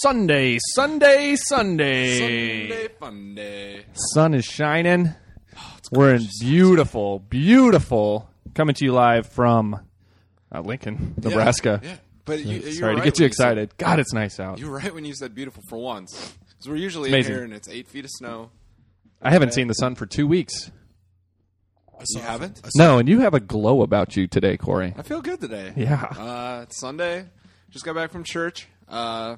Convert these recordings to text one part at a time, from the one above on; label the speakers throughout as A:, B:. A: Sunday, Sunday, Sunday.
B: Sunday Oh, fun day.
A: Sun is shining. We're in beautiful, beautiful. Coming to you live from uh, Lincoln, Nebraska.
B: Yeah, but you, you're
A: Sorry to
B: right
A: get you
B: when said-
A: excited. God, it's nice out.
B: You're right when you said beautiful for once, because we're usually in
A: amazing.
B: here and it's eight feet of snow.
A: I haven't seen the sun for two weeks.
C: I saw
B: You haven't?
C: I saw,
A: No, and you have a glow about you today, Corey.
B: I feel good today.
A: Yeah.
B: Uh, it's Sunday. Just got back from church. Uh,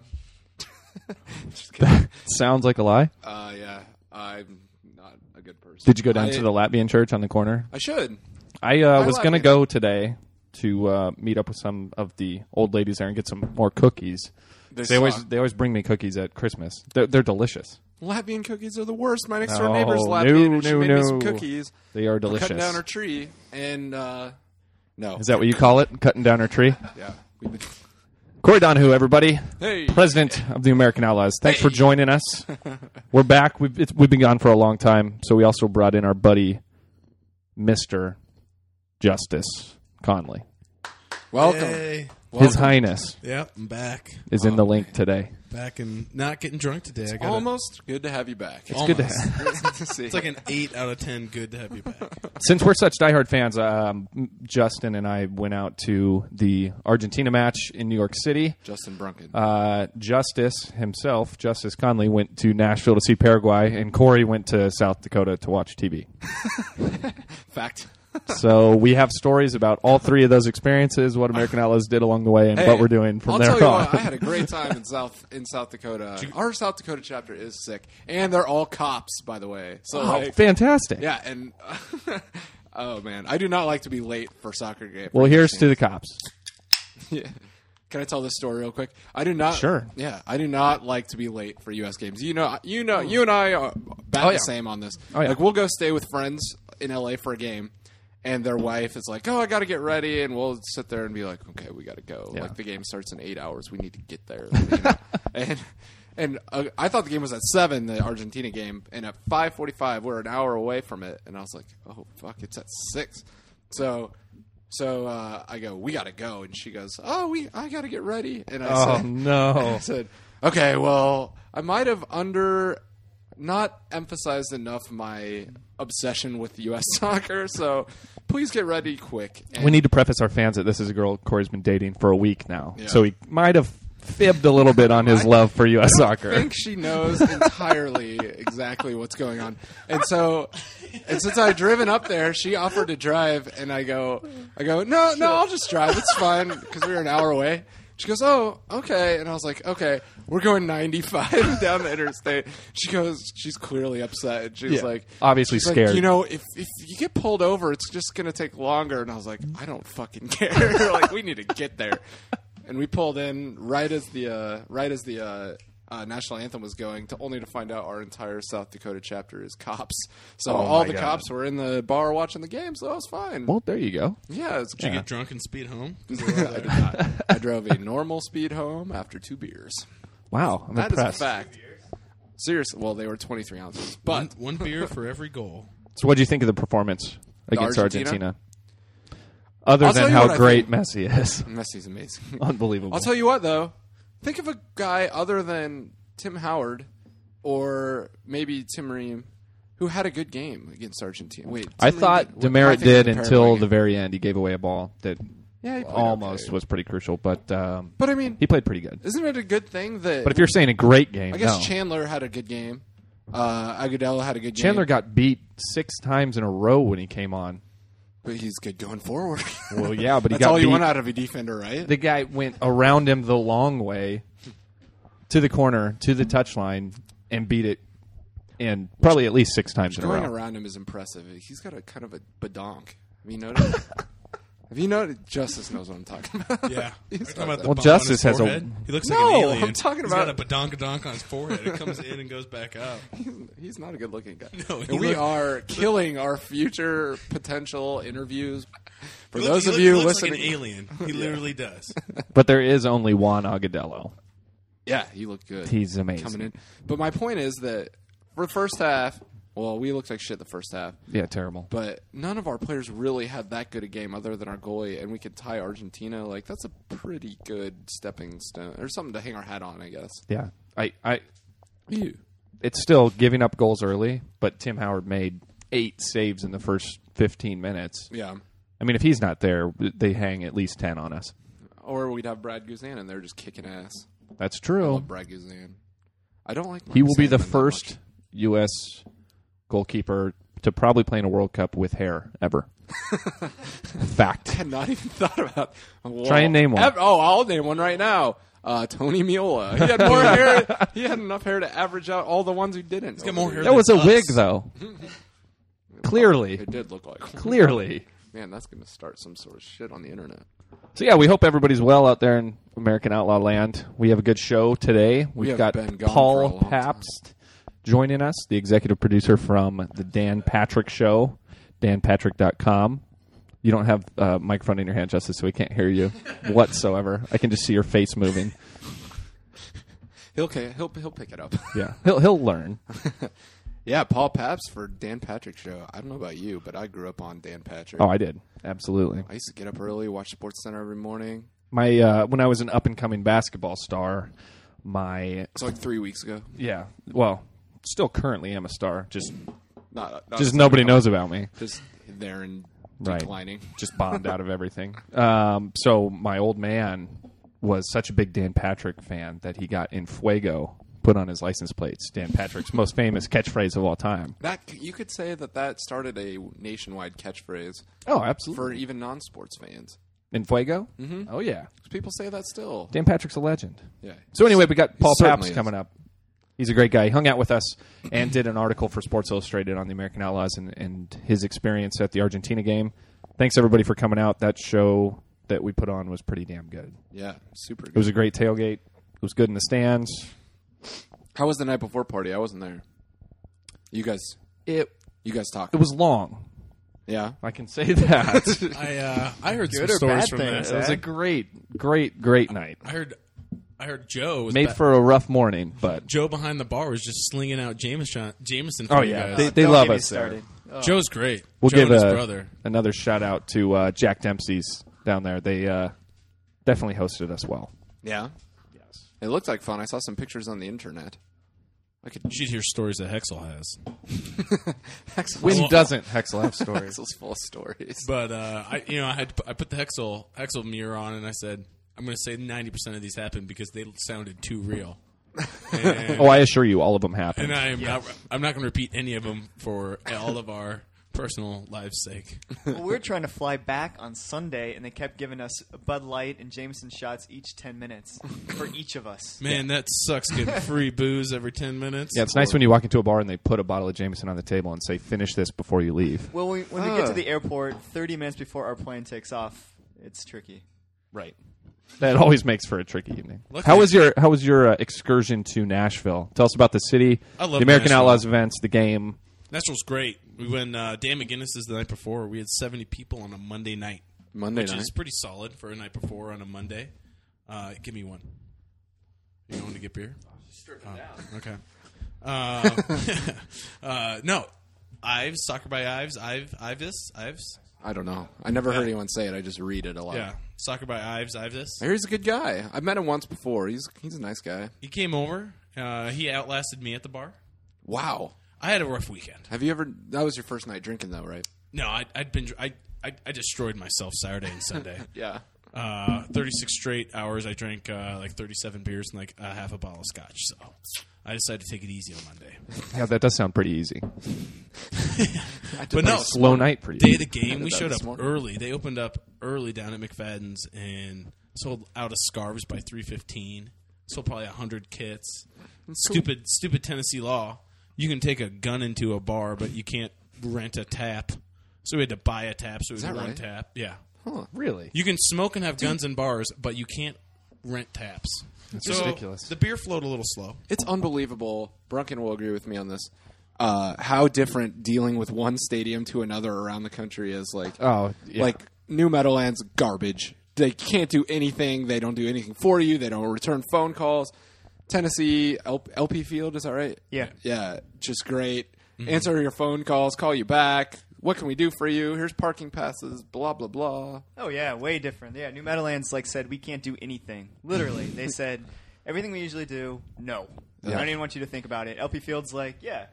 B: just kidding.
A: Sounds like a lie.
B: uh, yeah, I'm not a good person.
A: Did you go down
B: I-
A: to the Latvian church on the corner?
B: I should.
A: I uh, was
B: Latvian.
A: going to go today to uh, meet up with some of the old ladies there and get some more cookies. They, always
B: suck.
A: they always bring me cookies at Christmas. They're, they're delicious.
B: Latvian cookies are the worst. My next door
A: No,
B: neighbor's Latvian,
A: no,
B: and she
A: no,
B: made me some
A: no.
B: cookies.
A: They are delicious.
B: Cutting down her tree, and uh, no,
A: Is that what you call it? Cutting down our tree?
B: yeah. We've been-
A: Corey Donahue, everybody.
B: Hey.
A: President of the American Outlaws. Thanks for
B: Hey.
A: joining us. We're back. We've, it's, we've been gone for a long time. So we also brought in our buddy, Mr. Justice Conley.
B: Welcome.
C: Yay.
A: His Highness
C: Yeah, I'm back.
A: is in the link today.
C: Back and not getting drunk today. I got
B: Almost good to have you back.
C: It's
A: good to
B: it's
C: It's like an eight out of ten. Good to have you back.
A: Since we're such diehard fans, um, Justin and I went out to the Argentina match in New York City.
B: Justin Brunken.
A: Uh, Justice himself, Justice Conley, went to Nashville to see Paraguay, and Corey went to South Dakota to watch TV.
B: Fact.
A: so we have stories about all three of those experiences, what American Outlaws did along the way, and what we're doing from
B: I'll
A: there
B: tell you
A: on.
B: What, I had a great time in South in South Dakota. Our South Dakota chapter is sick, and they're all cops, by the way. So
A: Oh,
B: like,
A: fantastic!
B: yeah, and oh man, I do not like to be late for soccer game.
A: Well, here's to the cops.
B: Yeah. Can I tell this story real quick? I do not.
A: Sure. Hmm.
B: Yeah, I do not like to be late for U.S. games. You know, you know, you and I are about
A: yeah.
B: the same on this.
A: Oh, yeah.
B: Like, we'll go stay with friends in L.A. for a game, and their wife is like, "Oh, I got to get ready," and we'll sit there and be like, "Okay, we got to go. Like, the game starts in eight hours. We need to get there." you know? and and uh, I thought the game was at seven, the Argentina game, and at five forty-five, we're an hour away from it, and I was like, "Oh fuck, it's at six. So so uh, I go, we gotta go, and she goes, oh, we, I gotta get ready, and I
A: Oh
B: said, I
A: no!
B: said, okay, well, I might have under not emphasized enough my obsession with U.S. soccer, so please get ready quick. And
A: We need to preface our fans that this is a girl Corey's been dating for a week now,
B: Yeah.
A: so he might have fibbed a little bit on his love for U.S. soccer.
B: I think she knows entirely exactly what's going on. And so, and since I've driven up there, she offered to drive, and I go, I go, no, no, I'll just drive. It's fine because we were an hour away. She goes, oh, okay, and I was like, okay, we're going 95 down the interstate. She goes, she's clearly upset. And she's
A: Yeah.
B: like,
A: Obviously
B: she's like,
A: scared.
B: you know, if if you get pulled over, it's just gonna take longer. And I was like, I don't fucking care. like, we need to get there. And we pulled in right as the uh, right as the uh, uh, national anthem was going, to only to find out our entire South Dakota chapter is cops. So all
A: my
B: the
A: God.
B: cops were in the bar watching the game, so that was fine.
A: Well, there you go.
B: yeah, it's
C: Did you get drunk and speed home?
B: I did not. I drove a normal speed home after two beers.
A: Wow, I'm
B: That is
A: impressed.
B: a fact. Seriously, well, they were twenty three ounces, but
C: One beer for every goal.
A: So, what do you think of the performance against Argentina?
B: Argentina?
A: Other
B: I'll tell
A: than
B: you
A: how
B: what I
A: great Messi is,
B: Messi's amazing.
A: unbelievable.
B: I'll tell you what, though. Think of a guy other than Tim Howard or maybe Tim Ream who had a good game against Argentina. Wait, Tim
A: I
B: Ream
A: thought
B: did-
A: Demerit
B: I think
A: did
B: the
A: until
B: Paraguay
A: the
B: game.
A: very end. He gave away a ball that
B: Yeah, he played
A: almost
B: okay.
A: was pretty crucial, but um,
B: But I mean,
A: he played pretty good.
B: isn't it a good thing that?
A: But if you're saying a great game,
B: I guess
A: no.
B: Chandler had a good game. Uh, Agudelo had a good game.
A: Chandler got beat six times in a row when he came on.
B: but he's good going forward.
A: Well, yeah, but he
B: That's
A: got
B: all
A: beat.
B: you want out of a defender, right?
A: the guy went around him the long way to the corner to the touchline and beat it, and probably at least six times in a
B: Going
A: row.
B: around him is impressive. He's got a kind of a badonk. Have you noticed? Have you noticed? Justice knows what I'm talking about.
C: Yeah. Are you talking about the
A: Well,
C: bump on
A: Justice
C: his
A: has a-
C: forehead? He looks
B: No,
C: like an alien.
B: I'm talking
C: He's
B: about-
C: got a badonkadonk on his forehead. It comes in and goes back up.
B: He's not a good looking guy.
C: No, he
B: and we
C: look-
B: are killing our future potential interviews. For
C: He
B: those
C: looks-
B: of
C: he
B: you
C: looks like
B: listening,
C: an alien. He literally does.
A: But there is only Juan Agudelo.
B: yeah, he looked good.
A: He's amazing.
B: coming in. But my point is that for the first half, Well, we looked like shit the first half,
A: Yeah, terrible.
B: but none of our players really had that good a game other than our goalie, and we could tie Argentina. Like that's a pretty good stepping stone or something to hang our hat on, I guess.
A: Yeah, I, I,
B: Ew.
A: it's still giving up goals early, but Tim Howard made eight saves in the first 15 minutes.
B: Yeah.
A: I mean, if he's not there, they hang at least 10 on us.
B: Or we'd have Brad Guzan, and they're just kicking ass.
A: That's
B: Oh,
A: true.
B: Brad Guzan. I don't like.
A: He will be
B: Sandman
A: the
B: that
A: first
B: much.
A: U.S. goalkeeper to probably play in a World Cup with hair ever. Fact.
B: I had not even thought about. Well,
A: Try and name one.
B: ev- oh, I'll name one right now. Uh, Tony Miola. He had more hair. He had enough hair to average out all the ones who didn't.
C: got more hair
A: That was a
C: Us.
A: wig, though. Clearly.
B: It did look like.
A: Clearly.
B: Man, that's going to start some sort of shit on the internet.
A: So yeah, we hope everybody's well out there in American Outlaw Land. We have a good show today. We've
B: have
A: got
B: been gone for a
A: Paul
B: long time.
A: Pabst joining us, the executive producer from the Dan Patrick Show, danpatrick.com. You don't have a microphone in your hand, Justice, so we can't hear you whatsoever. I can just see your face moving.
B: He'll ca- he'll he'll pick it up.
A: Yeah, he'll he'll learn.
B: yeah, Paul Paps for Dan Patrick show. I don't know about you, but I grew up on Dan Patrick.
A: Oh, I did absolutely.
B: I used to get up early, watch Sports Center every morning.
A: My uh, when I was an up and coming basketball star, my
B: It's like three weeks ago.
A: yeah, well, still currently am a star. Just
B: Not, not
A: just nobody knows about me.
B: Just there and
A: Right.
B: declining.
A: just bombed out of everything. Um, so my old man was such a big Dan Patrick fan that he got in Fuego put on his license plates. Dan Patrick's most famous catchphrase of all time.
B: That you could say that that started a nationwide catchphrase
A: Oh, absolutely.
B: for even non-sports fans.
A: In Fuego? Mm-hmm. Oh yeah.
B: 'Cause People say that still.
A: Dan Patrick's a legend.
B: Yeah.
A: So anyway, we got Paul
B: certainly
A: Paps
B: is.
A: coming up. He's a great guy. He hung out with us and did an article for Sports Illustrated on the American Outlaws and, and his experience at the Argentina game. Thanks everybody for coming out. That show that we put on was pretty damn good.
B: Yeah.
A: It
B: Super. Good.
A: was a great tailgate. It was good in the stands.
B: How was the night before party? I wasn't there. You guys.
A: It
B: You guys talk.
A: it was long.
B: Yeah.
A: I can say that.
C: I uh, I heard
A: Good
C: some
A: or
C: stories
A: bad
C: from
A: things, eh?
C: that.
A: It was a great, great, great night.
C: I heard I heard Joe was
A: Made
C: ba-
A: for a rough morning, but
C: Joe behind the bar was just slinging out Jameson. Jameson. For
A: oh
C: you
A: yeah,
C: guys.
A: they, they
D: Don't
A: love
D: get me
A: us there.
D: started. Oh.
C: Joe's great.
A: We'll
C: Joe
A: give
C: and his
A: a-
C: brother.
A: another shout out to uh, Jack Dempsey's down there. They uh, definitely hosted us well.
B: Yeah. Yes. It looked like fun. I saw some pictures on the internet. I could.
C: You should hear stories that Hexel has.
B: Axel's,
A: When doesn't Hexel have stories?
B: Axel's full of stories.
C: But uh, I, you know, I had to put, I put the Hexel Hexel mirror on, and I said, I'm going to say 90 percent of these happened because they sounded too real. And,
A: oh, I assure you, all of them
C: and
A: happened.
C: I am not, I'm not going to repeat any of them for all of our personal lives' sake.
D: Well, we were trying to fly back on Sunday, and they kept giving us Bud Light and Jameson shots each 10 minutes for each of us.
C: Man, that sucks. Getting free booze every 10 minutes.
A: Yeah, it's nice when you walk into a bar and they put a bottle of Jameson on the table and say, "Finish this before you leave."
D: Well, we, when we get
B: Ah.
D: to the airport, 30 minutes before our plane takes off, it's tricky.
A: Right. That always makes for a tricky evening.
C: Luckily-
A: how was your How was your uh, excursion to Nashville? Tell us about the city,
C: I love
A: the American
C: Nashville.
A: Outlaws events, the game.
C: Nashville's great. We went uh, Dan McGinnis is the night before. We had 70 people on a Monday night,
B: Monday
C: which
B: night.
C: is pretty solid for a night before on a Monday. Uh, give me one. You going to get beer? Oh, Okay. Uh, uh, no, Ives, soccer by Ives, Ive, Ivis, Ives.
B: I don't know. I never heard anyone say it. I just read it a lot.
C: Yeah, soccer by Ives, Ivis.
B: He's a good guy. I've met him once before. He's he's a nice guy.
C: He came over. Uh, he outlasted me at the bar.
B: Wow.
C: I had a rough weekend.
B: Have you ever? That was your first night drinking, though, right?
C: No, I, I'd been. I, I I destroyed myself Saturday and Sunday.
B: Yeah.
C: Uh, 36 straight hours. I drank uh, like 37 beers and like a half a bottle of scotch. So I decided to take it easy on Monday.
A: Yeah, that does sound pretty easy.
C: But no,
A: Slow night for you.
C: day of the game,
B: did
C: we
B: that
C: showed
B: this
C: up
B: morning.
C: early. They opened up early down at McFadden's and sold out of scarves by 315. Sold probably 100 kits. Stupid, stupid Tennessee law. You can take a gun into a bar, but you can't rent a tap. So we had to buy a tap. So we had
B: that
C: one
B: right?
C: tap. Yeah.
A: Really?
C: You can smoke and have guns in bars, but you can't rent taps. That's
A: ridiculous.
C: The beer flowed a little slow.
B: It's unbelievable. Brunken will agree with me on this. Uh, how different dealing with one stadium to another around the country is. Like,
A: Oh, yeah.
B: like New Meadowlands garbage. They can't do anything. They don't do anything for you. They don't return phone calls. Tennessee L- LP Field is that right?
D: Yeah.
B: yeah, just great.
A: Mm-hmm.
B: answer your phone calls, call you back. What can we do for you? Here's parking passes. Blah blah blah.
D: Oh yeah, way different. Yeah, New Meadowlands like said we can't do anything. Literally, they said everything we usually do. No, I don't even want you to think about it. LP Fields like, yeah,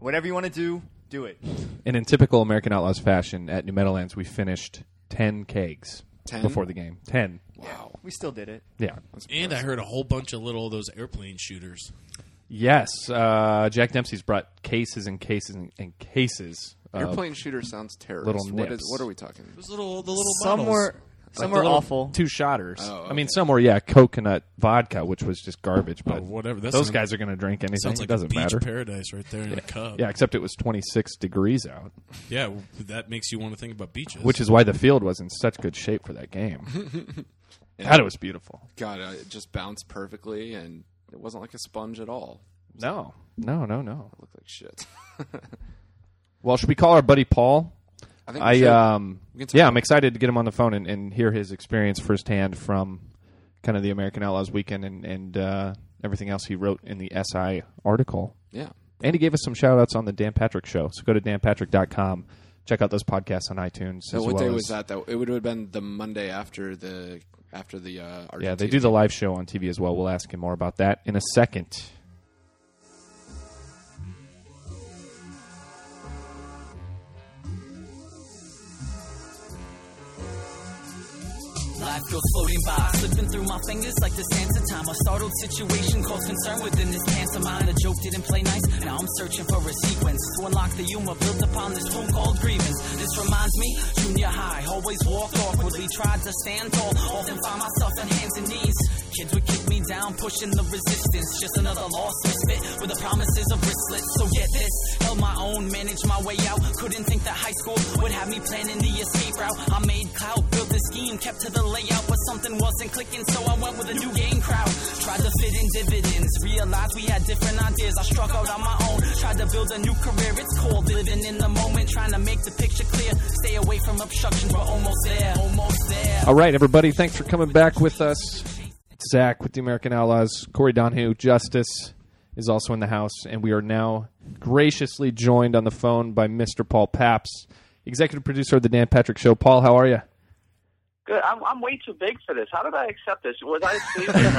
D: whatever you want to do, do it.
A: And in typical American Outlaws fashion, at New Meadowlands, we finished 10 kegs
B: 10?
A: before the game. 10.
B: Wow.
D: We still did it.
A: Yeah.
C: And I heard a whole bunch of little those airplane shooters.
A: Yes. Uh, Jack Dempsey's brought cases and cases and, and cases. of-
B: Airplane shooter sounds terrorist.
A: little
B: what
A: nips.
B: is? What are we talking? about?
C: Those little the little
D: Some
C: bottles.
D: were, some were
A: little
D: awful.
A: Two shotters.
B: Oh,
A: I mean, some were yeah, coconut vodka, which was just garbage. But
C: Oh, whatever. That
A: Those
C: sounds-
A: guys are going to drink anything.
C: Sounds like
A: it doesn't
C: beach
A: matter.
C: paradise right there in a cup.
A: yeah, except it was 26 degrees out,
C: yeah. well, That makes you want to think about beaches.
A: which is why the field was in such good shape for that game. God, it was beautiful.
B: God, uh, it just bounced perfectly, and it wasn't like a sponge at all.
A: No, no, no, no.
B: It looked like shit.
A: Well, should we call our buddy Paul?
B: I think we
A: I
B: should-
A: um
B: We can talk
A: yeah, I'm excited to get him on the phone and, and hear his experience firsthand from kind of the American Outlaws weekend and and uh, everything else he wrote in the SI article.
B: yeah.
A: And he gave us some shout outs on the Dan Patrick show. So go to danpatrick.com, check out those podcasts on iTunes.
B: So
A: as
B: what
A: well
B: day
A: as-
B: was that? Though it would have been the Monday after the after the. Uh, Argentina.
A: Yeah, they do the live show on TV as well. We'll ask him more about that in a second.
E: Life goes floating by, slipping through my fingers like the sands of time. A startled situation caused concern within this pantomime. The joke didn't play nice, now I'm searching for a sequence to unlock the humor built upon this room called grievance. This reminds me, junior high, always walked awkwardly, tried to stand tall, often find myself on hands and knees. Kids would kick me down, pushing the resistance. Just another lost misfit with the promises of wristlets. So get this, held my own, managed my way out. Couldn't think that high school would have me planning the escape route. I made clout, built the scheme, kept to the layout, but something wasn't clicking, so I went with a new game crowd. Tried to fit in dividends, realized we had different ideas. I struck out on my own, tried to build a new career. It's called living in the moment, trying to make the picture clear. Stay away from obstructions, we're almost there, almost there.
A: All right, everybody, thanks for coming back with us. Zach with the American Outlaws, Corey Donahue, Justice is also in the house, and we are now graciously joined on the phone by Mr. Paul Paps, executive producer of the Dan Patrick Show. Paul, how are you?
F: Good. I'm, I'm way too big for this. How did I accept this? Was I asleep? And,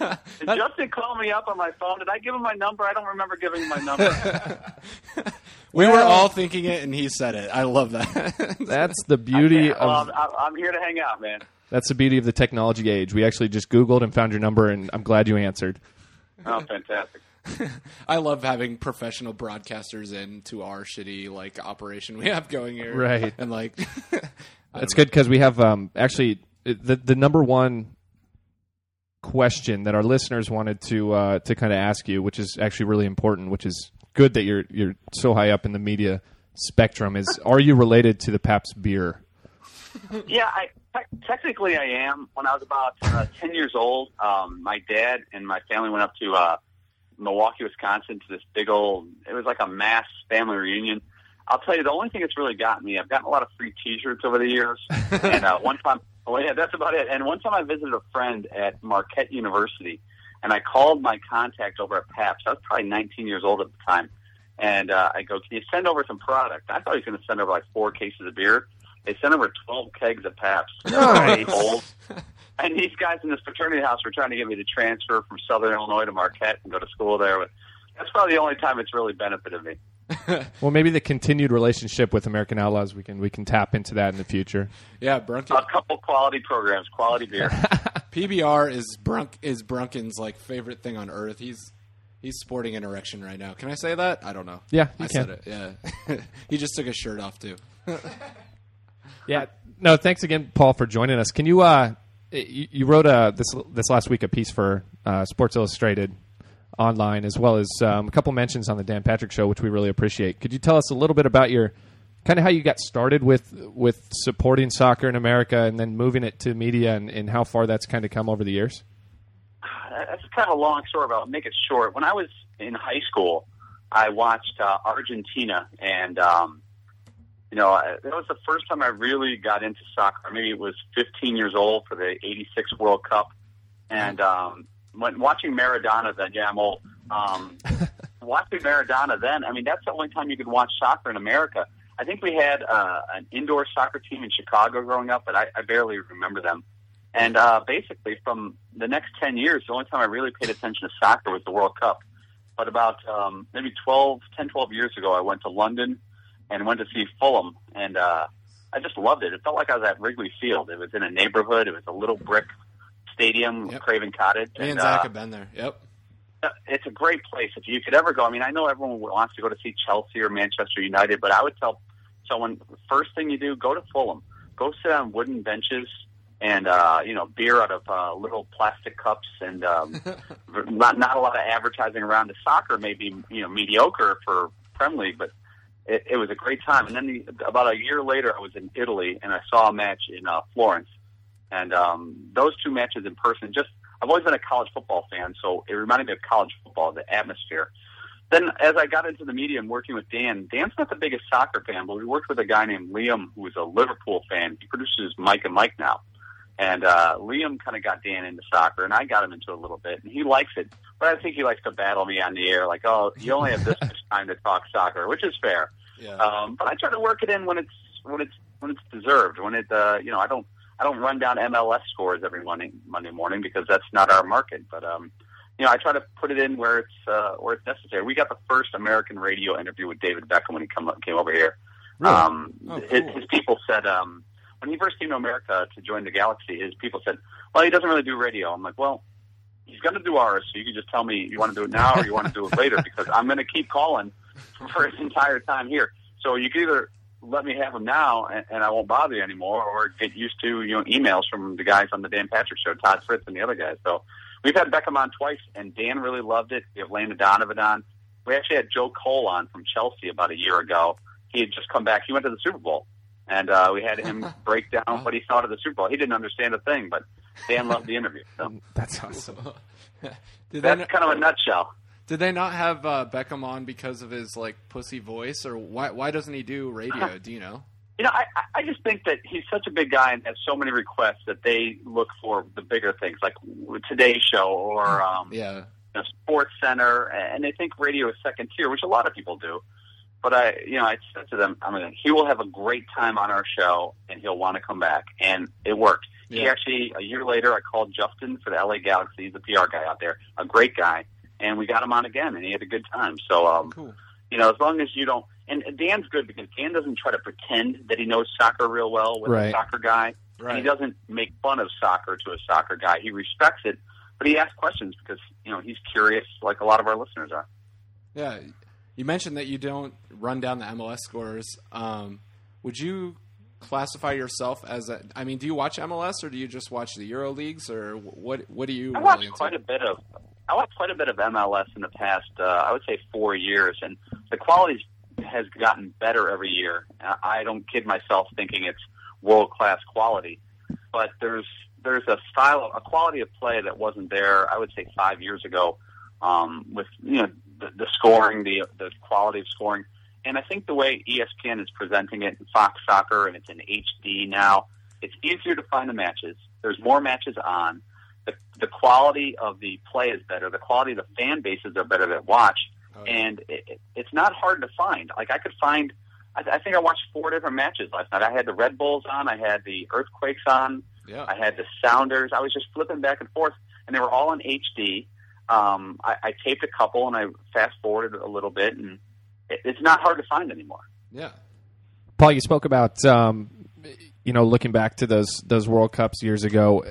F: uh, did Justin call me up on my phone? Did I give him my number? I don't remember giving him my number.
B: We were all thinking it, and he said it. I love that.
A: That's the beauty
F: well,
A: of
F: I'm, I'm- I'm here to hang out, man.
A: that's the beauty of the technology age. We actually just Googled and found your number, and I'm glad you answered.
F: Oh, fantastic.
B: I love having professional broadcasters in to our shitty like operation we have going here.
A: Right.
B: And like
A: That's good because we have um, actually it- the the number one question that our listeners wanted to uh, to kind of ask you, which is actually really important, which is good that you're you're so high up in the media spectrum. Is are you related to the Pabst beer?
F: Yeah, I, te- technically I am. When I was about uh, 10 years old, um, my dad and my family went up to uh, Milwaukee, Wisconsin to this big old, it was like a mass family reunion. I'll tell you, the only thing that's really gotten me, I've gotten a lot of free T-shirts over the years. and uh, one time, well, yeah, that's about it. And one time I visited a friend at Marquette University, and I called my contact over at Pabst. I was probably 19 years old at the time. And uh, I go, can you send over some product? I thought he was going to send over like four cases of beer. They sent over 12 kegs of Pabst. They were already old. And these guys in this fraternity house were trying to get me to transfer from Southern Illinois to Marquette and go to school there. But that's probably the only time it's really benefited me.
A: Well, maybe the continued relationship with American Outlaws, we can we can tap into that in the future.
B: yeah, Brunken
F: A couple quality programs, quality beer.
B: PBR is Brunk is Brunken's like favorite thing on earth. He's he's sporting an erection right now. Can I say that? I don't know.
A: Yeah, you can.
B: I said it. Yeah. he just took his shirt off too.
A: Yeah. Uh, No, thanks again, Paul, for joining us. Can you? Uh, you, you wrote uh, this this last week a piece for uh, Sports Illustrated online, as well as um, a couple mentions on the Dan Patrick Show, which we really appreciate. Could you tell us a little bit about your kind of how you got started with with supporting soccer in America, and then moving it to media, and, and how far that's kind of come over the years?
F: that's kind of a long story, but I'll make it short. When I was in high school, I watched uh, Argentina, and um, you know I, that was the first time I really got into soccer. Maybe it was 15 years old for the '86 World Cup, and um, when watching Maradona, then yeah, I'm old. Um, watching Maradona then, I mean, that's the only time you could watch soccer in America. I think we had uh, an indoor soccer team in Chicago growing up, but I, I barely remember them. And uh, basically, from the next 10 years, the only time I really paid attention to soccer was the World Cup. But about um, maybe 12, 10, 12 years ago, I went to London and went to see Fulham. And uh, I just loved it. It felt like I was at Wrigley Field. It was in a neighborhood, it was a little brick stadium,
B: Yep.
F: Craven Cottage.
B: Me and
F: uh,
B: Zach have been there. Yep.
F: uh, it's a great place if you could ever go. I mean, I know everyone wants to go to see Chelsea or Manchester United, but I would tell someone first thing you do, go to Fulham, go sit on wooden benches and uh, you know beer out of uh, little plastic cups and um, not not a lot of advertising around. The soccer may be you know mediocre for Prem League, but it, it was a great time. And then the, about a year later, I was in Italy and I saw a match in uh, Florence, and um, those two matches in person just I've always been a college football fan, so it reminded me of college football, the atmosphere. Then, as I got into the media and working with Dan, Dan's not the biggest soccer fan, but we worked with a guy named Liam who was a Liverpool fan. He produces Mike and Mike now. And uh, Liam kind of got Dan into soccer, and I got him into it a little bit, and he likes it. But I think he likes to battle me on the air, like, oh, you only have this much time to talk soccer, which is fair.
B: Yeah.
F: Um, but I try to work it in when it's when it's when it's deserved. When it uh, you know I don't I don't run down MLS scores every Monday Monday morning because that's not our market. But um, you know I try to put it in where it's uh, where it's necessary. We got the first American radio interview with David Beckham when he come up, came over here.
A: Really?
F: Um,
C: Oh,
F: his,
C: cool.
F: his people said um, when he first came to America to join the Galaxy, his people said, "Well, he doesn't really do radio." I'm like, "Well." He's going to do ours, so you can just tell me you want to do it now or you want to do it later because I'm going to keep calling for his entire time here. So you can either let me have him now and, and I won't bother you anymore, or get used to you know emails from the guys on the Dan Patrick Show, Todd Fritz and the other guys. So we've had Beckham on twice, and Dan really loved it. We have Lana Donovan on. We actually had Joe Cole on from Chelsea about a year ago. He had just come back. He went to the Super Bowl, and uh, we had him break down what he thought of the Super Bowl. He didn't understand a thing, but Dan loved the interview. So
A: That's awesome.
B: Did they,
F: that's
B: not,
F: kind of a nutshell.
B: did they not have uh, Beckham on because of his like pussy voice, or why why doesn't he do radio? Do you know?
F: You know, I, I- I just think that he's such a big guy and has so many requests that they look for the bigger things, like Today Show or um,
B: Yeah.
F: you know, Sports Center, and they think radio is second tier, which a lot of people do. But I, you know, I said to them, I mean, he will have a great time on our show, and he'll want to come back, and it worked. He
B: Yeah.
F: actually, a year later, I called Justin for the LA Galaxy. He's a PR guy out there, a great guy, and we got him on again, and he had a good time. So, um,
B: Cool.
F: you know, as long as you don't. And Dan's good because Dan doesn't try to pretend that he knows soccer real well with
A: Right.
F: a soccer guy. And
B: Right.
F: he doesn't make fun of soccer to a soccer guy. He respects it, but he asks questions because you know he's curious, like a lot of our listeners are.
B: Yeah. You mentioned that you don't run down the MLS scores. Um, would you classify yourself as a? I mean, do you watch MLS or do you just watch the Euro leagues or what? What do you?
F: I
B: really
F: watched
B: into?
F: quite a bit of I watched quite a bit of MLS in the past, uh, I would say four years, and the quality has gotten better every year. I I don't kid myself thinking it's world class quality, but there's there's a style, a quality of play that wasn't there. I would say five years ago, um, with you know the, the scoring, the the quality of scoring, and I think the way E ESPN is presenting it, and Fox Soccer, and it's in HD now. It's easier to find the matches. There's more matches on the, the quality of the play is better. The quality of the fan bases are better that watch,
B: Oh, yeah.
F: and it, it, it's not hard to find. Like I could find, I, I think I watched four different matches last night. I had the Red Bulls on, I had the Earthquakes on,
B: Yeah.
F: I had the Sounders. I was just flipping back and forth, and they were all in HD. Um, I, I taped a couple and I fast forwarded a little bit, and it, it's not hard to find anymore.
B: yeah.
A: Paul, you spoke about um, you know looking back to those those World Cups years ago,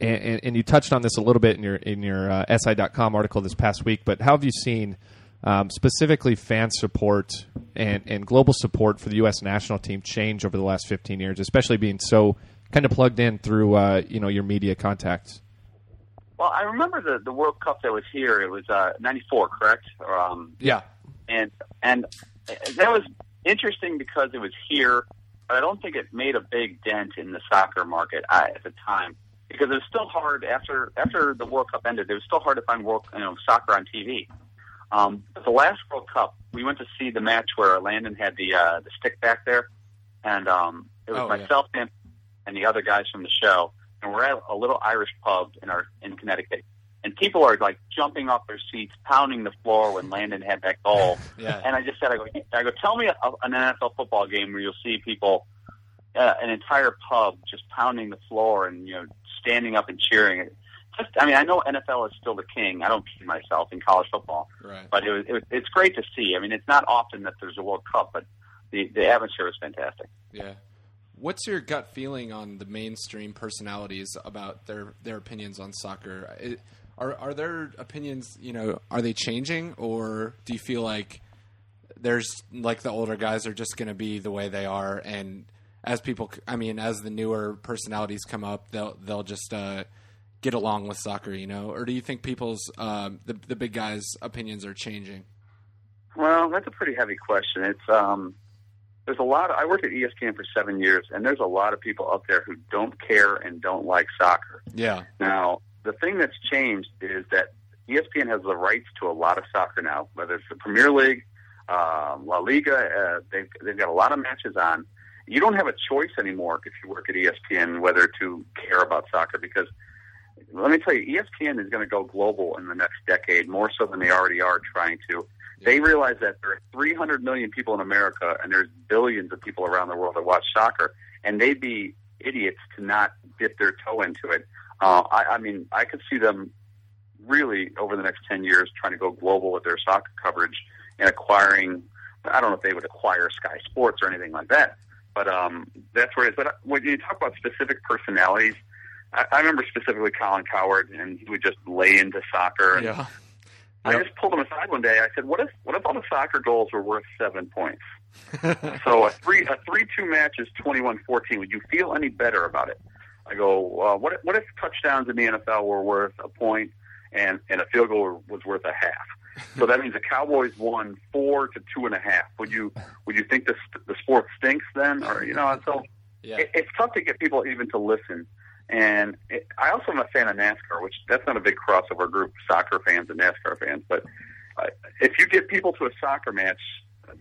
A: and, and, and you touched on this a little bit in your in your uh, SI.com article this past week. But how have you seen um, specifically fan support and and global support for the U.S. national team change over the last fifteen years, especially being so kind of plugged in through uh, you know your media contacts?
F: Well, I remember the the World Cup that was here. It was uh, '94, correct? Or, um,
B: Yeah.
F: and and that was interesting because it was here, but I don't think it made a big dent in the soccer market I, at the time because it was still hard after after the World Cup ended. It was still hard to find world you know soccer on TV. Um, but the last World Cup, we went to see the match where Landon had the uh, the stick back there, and um, it was
B: Oh, yeah.
F: myself him and the other guys from the show, and we're at a little Irish pub in our in Connecticut. and people are like jumping off their seats, pounding the floor when Landon had that goal.
B: Yeah.
F: And I just said, I go, I go, tell me a, an NFL football game where you'll see people, uh, an entire pub just pounding the floor and you know standing up and cheering. Just, I mean, I know NFL is still the king. I don't kid myself in college football,
B: Right.
F: but it was, it was, it's great to see. I mean, it's not often that there's a World Cup, but the the atmosphere was fantastic.
B: Yeah. What's your gut feeling on the mainstream personalities about their their opinions on soccer? It, are are their opinions, you know, are they changing or do you feel like there's like the older guys are just going to be the way they are and as people c- I mean as the newer personalities come up, they'll they'll just uh get along with soccer, you know? Or do you think people's um the the big guys opinions are changing?
F: Well, that's a pretty heavy question. It's um, there's a lot. Of, I worked at E ESPN for seven years, and there's a lot of people up there who don't care and don't like soccer.
B: Yeah.
F: Now, the thing that's changed is that E ESPN has the rights to a lot of soccer now, whether it's the Premier League, um, La Liga. Uh, they've they've got a lot of matches on. You don't have a choice anymore if you work at E ESPN whether to care about soccer because let me tell you, E ESPN is going to go global in the next decade more so than they already are trying to. They realize that there are 300 million people in America and there's billions of people around the world that watch soccer, and they'd be idiots to not dip their toe into it. Uh, I, I mean, I could see them really over the next 10 years trying to go global with their soccer coverage and acquiring, I don't know if they would acquire Sky Sports or anything like that, but um, that's where it is. But when you talk about specific personalities, I, I remember specifically Colin Coward, and he would just lay into soccer. And
B: Yeah.
F: I just pulled him aside one day. I said, "What if what if all the soccer goals were worth seven points? so a three a three two match is twenty one fourteen. Would you feel any better about it?" I go, uh, "What if- what if touchdowns in the NFL were worth a point and and a field goal were- was worth a half? So that means the Cowboys won four to two and a half. Would you would you think the the sport stinks then, or you know? So
B: Yeah.
F: it, it's tough to get people even to listen. And it, I also am a fan of NASCAR, which that's not a big crossover group, soccer fans and NASCAR fans. But uh, if you get people to a soccer match,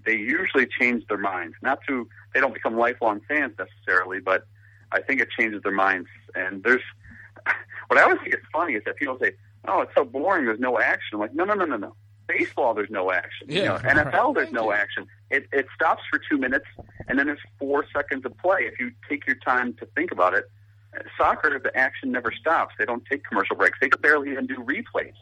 F: they usually change their minds. Not to they don't become lifelong fans necessarily, but I think it changes their minds. And there's what I always think is funny is that people say, "Oh, it's so boring. There's no action." I'm like, no, no, no, no, no. Baseball, there's no action.
B: Yeah,
F: you know, NFL, there's no action. It, it stops for two minutes, and then there's four seconds of play if you take your time to think about it. Soccer, the action never stops. They don't take commercial breaks. They could barely even do replays.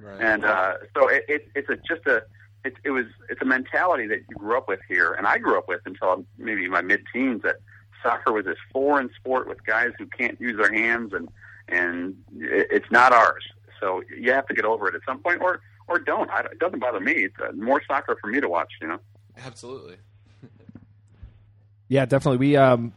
B: Right.
F: And uh, so it, it, it's a, just a it, it was it's a mentality that you grew up with here, and I grew up with until maybe my mid teens that soccer was this foreign sport with guys who can't use their hands, and and it, it's not ours. So you have to get over it at some point, or or don't. I, it doesn't bother me. It's uh, more soccer for me to watch. You know.
B: Absolutely.
A: Yeah, definitely. We, um,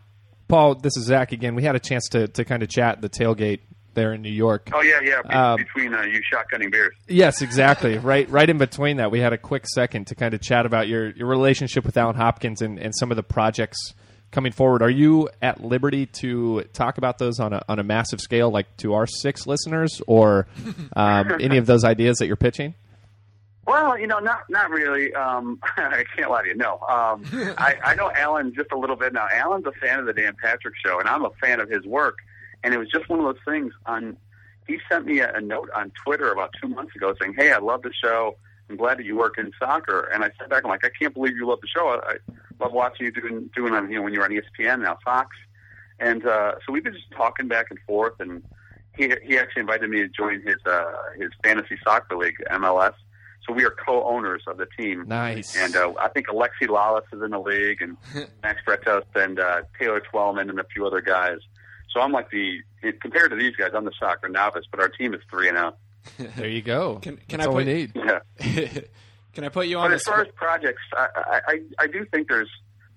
A: Paul, this is Zach again. We had a chance to, to kind of chat at the tailgate there in New York.
F: Oh yeah, yeah. Be-
A: Um,
F: between uh, you shotgunning beers.
A: Yes, exactly. right, right in between that, we had a quick second to kind of chat about your, your relationship with Alan Hopkins and, and some of the projects coming forward. Are you at liberty to talk about those on a on a massive scale, like to our six listeners, or um, any of those ideas that you're pitching?
F: Well, you know, not not really. Um, I can't lie to you. No, um, I, I know Alan just a little bit now. Alan's a fan of the Dan Patrick Show, and I'm a fan of his work. And it was just one of those things. On he sent me a, a note on Twitter about two months ago saying, "Hey, I love the show. I'm glad that you work in soccer." And I sat back. I'm like, I can't believe you love the show. I, I love watching you doing doing on you know when you're on E ESPN now Fox. And uh, so we've been just talking back and forth, and he he actually invited me to join his uh, his fantasy soccer league MLS. So we are co-owners of the team.
A: Nice.
F: And uh, I think Alexi Lawless is in the league, and Max Bretos, and uh, Taylor Twellman, and a few other guys. So I'm like the compared to these guys, I'm the soccer novice, but our team is three and out.
A: There you go.
B: Can can
A: That's
B: I
A: all we
B: put
A: need.
F: Yeah.
B: Can I put you on
F: But
B: the
F: as far
B: spot?
F: as projects, I, I, I- I do think there's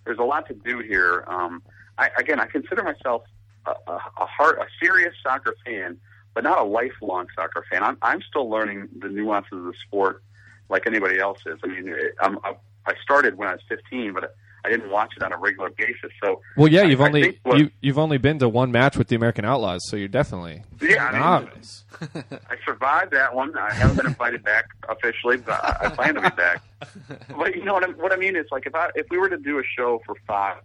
F: there's a lot to do here. Um, I, again, I consider myself a, a, a heart a serious soccer fan, but not a lifelong soccer fan. I'm I'm still learning the nuances of the sport, like anybody else is. I mean, it, I'm, I, I started when I was 15, but I didn't watch it on a regular basis. So
A: Well, yeah, you've
F: I- I
A: only
F: think what-
A: you, you've only been to one match with the American Outlaws, so you're definitely
F: Yeah, I mean-
A: novice.
F: I survived that one. I haven't been invited back officially, but I, I plan to be back. But you know what I, what I mean is like if I if we were to do a show for Fox,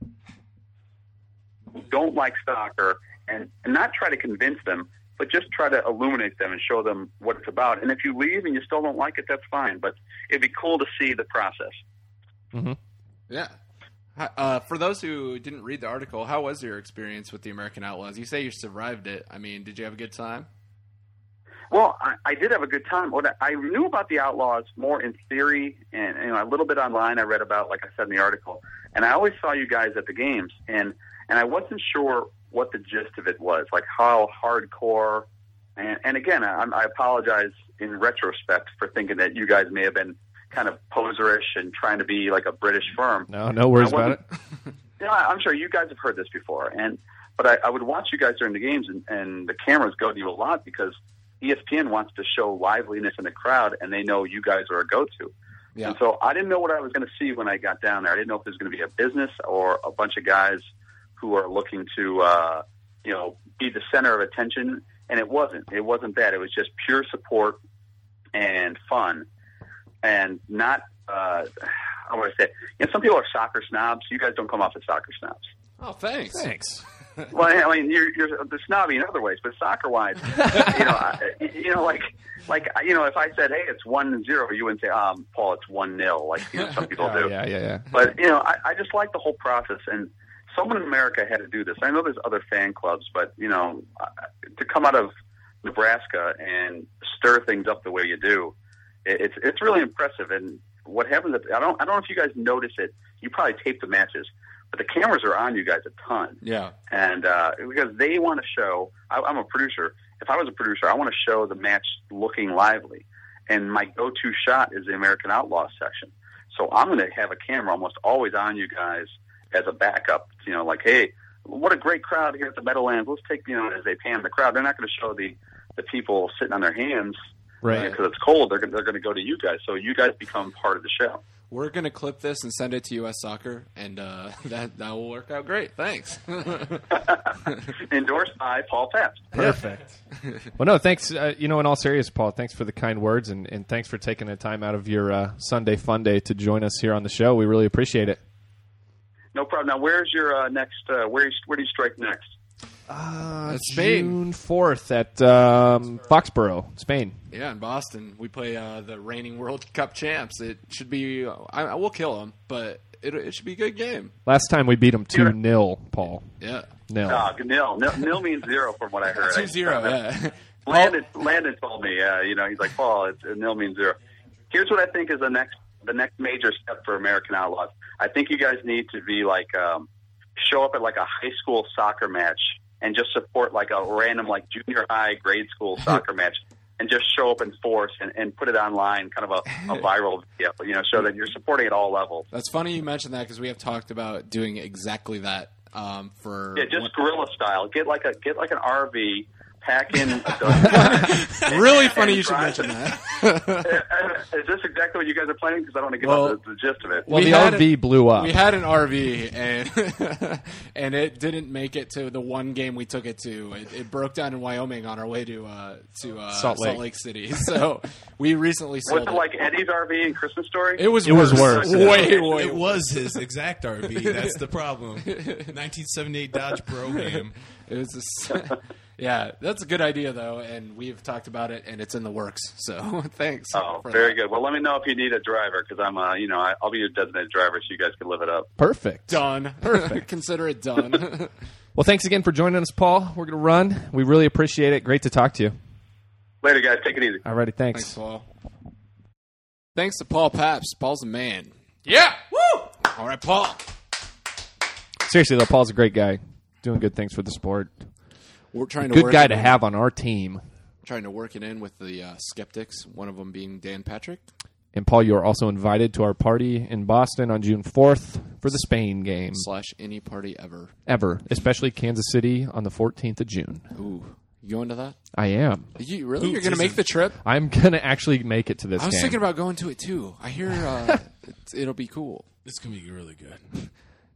F: who don't like soccer, and, and not try to convince them. but just try to illuminate them and show them what it's about. And if you leave and you still don't like it, that's fine. But it'd be cool to see the process.
B: Yeah. Hi- Uh, for those who didn't read the article, how was your experience with the American Outlaws? You say you survived it. I mean, did you have a good time?
F: Well, I, I did have a good time. What I, I knew about the Outlaws more in theory, and you know, a little bit online. I read about, like I said in the article, and I always saw you guys at the games, and and I wasn't sure what the gist of it was, like how hardcore. And, and again, I, I apologize in retrospect for thinking that you guys may have been kind of poserish and trying to be like a British firm.
A: No, no worries
F: I
A: about it.
F: wasn't- Yeah, I- I'm sure you guys have heard this before, and but I, I would watch you guys during the games, and, and the cameras go to you a lot because E ESPN wants to show liveliness in the crowd, and they know you guys are a go-to.
B: Yeah.
F: And so I didn't know what I was going to see when I got down there. I didn't know if there's going to be a business or a bunch of guys who are looking to, uh, you know, be the center of attention. And it wasn't. It wasn't that. It was just pure support and fun, and not. Uh, I want to say, you know, some people are soccer snobs. You guys don't come off as soccer snobs.
B: Oh, thanks.
A: Thanks.
F: Well, I mean, you're, you're the snobby in other ways, but soccer-wise, you know, I, you know, like, like, you know, if I said, "Hey, it's one zero, you wouldn't say, "Um, Paul, it's one nil," like you know, some people do.
A: yeah, yeah, yeah.
F: But you know, I, I just like the whole process, and someone in America had to do this. I know there's other fan clubs, but you know, uh, to come out of Nebraska and stir things up the way you do, it, it's it's really impressive. And what happens? At, I don't I don't know if you guys notice it. You probably tape the matches, but the cameras are on you guys a ton
B: Yeah.
F: and uh, because they want to show I, i'm a producer if i was a producer i want to show the match looking lively and my go-to shot is the american outlaw section so i'm going to have a camera almost always on you guys as a backup you know like hey what a great crowd here at the meadowlands let's take you know as they pan the crowd they're not going to show the the people sitting on their hands
A: Right.
F: because it's cold they're, gonna- they're going to go to you guys so you guys become part of the show
B: We're gonna clip this and send it to U.S. Soccer, and uh, that that will work out great. Thanks.
F: endorsed by paul Pabst.
A: Perfect. well, no, thanks. Uh, you know, in all seriousness, Paul, thanks for the kind words and, and thanks for taking the time out of your uh, Sunday fun day to join us here on the show. We really appreciate it.
F: no problem now where's your uh, next uh, where, you- where do you strike next
A: Uh,
B: Spain.
A: June 4th at um, Foxborough, Spain.
B: yeah, in Boston, we play uh, the reigning World Cup champs. It should be. I, I will kill them, but it, it should be a good game.
A: Last time we beat them 2 0, Paul.
B: Yeah.
A: Nil.
F: Uh, nil. nil. Nil means zero from what I heard.
B: Two zero. Yeah.
F: Landon, Landon told me, uh, you know, he's like, Paul, it's, uh, nil means zero. Here's what I think is the next the next major step for American Outlaws. I think you guys need to be like um, show up at like a high school soccer match and just support like a random like junior high grade school soccer match and just show up in force and, and put it online, kind of a, a viral video, you know, show that you're supporting at all levels.
B: That's funny you mentioned that because we have talked about doing exactly that um, for
F: Yeah, just
B: one-
F: guerrilla style. Get like a get like an RV, pack in. A
B: really funny you should mention that.
F: Uh, Is this exactly what you guys are planning? Because I don't want to get
B: Well-
F: all the, the gist of it.
A: well,
B: we
A: the
B: had
A: RV blew up.
B: We had an RV and and it didn't make it to the one game we took it to. It, it broke down in Wyoming on our way to uh, to uh,
A: Salt Lake.
B: City. So we recently
F: was
B: sold
F: it like Eddie's RV in Christmas Story?
B: It was
A: It was worse.
B: Way way.
C: It was his exact RV. That's the problem. 1978 Dodge Brougham.
B: It was just, yeah. That's a good idea though, and we've talked about it, and it's in the works. So thanks.
F: Oh,
B: for
F: very
B: that.
F: good. Well, let me know if you need a driver because I'm, uh, you know, I, I'll be your designated driver, so you guys can live it up.
A: Perfect.
B: Done. Perfect. Consider it done.
A: Well, thanks again for joining us, Paul. We're going to run. We really appreciate it. Great to talk to you.
F: Later, guys. Take it easy.
A: All righty,
B: Thanks, Paul. Thanks to Paul Paps. Paul's a man. Yeah. Woo. All right, Paul.
A: Seriously, though, Paul's a great guy, doing good things for the sport.
B: We're trying to
A: Good
B: work
A: guy
B: it
A: to
B: in-
A: have on our team.
B: Trying to work it in with the uh, skeptics. One of them being Dan Patrick.
A: And Paul, you are also invited to our party in Boston on June 4th for the Spain game
B: Slash any party ever.
A: ever, especially Kansas City on the 14th of June.
B: Ooh, you going to that?
A: I am.
B: You really?
C: Ooh,
B: You're gonna make
C: teasing.
B: the trip?
A: I'm going to actually make it to this
B: I was
A: game.
B: thinking about going to it too. I hear uh, it's, it'll be cool.
C: This can be really good.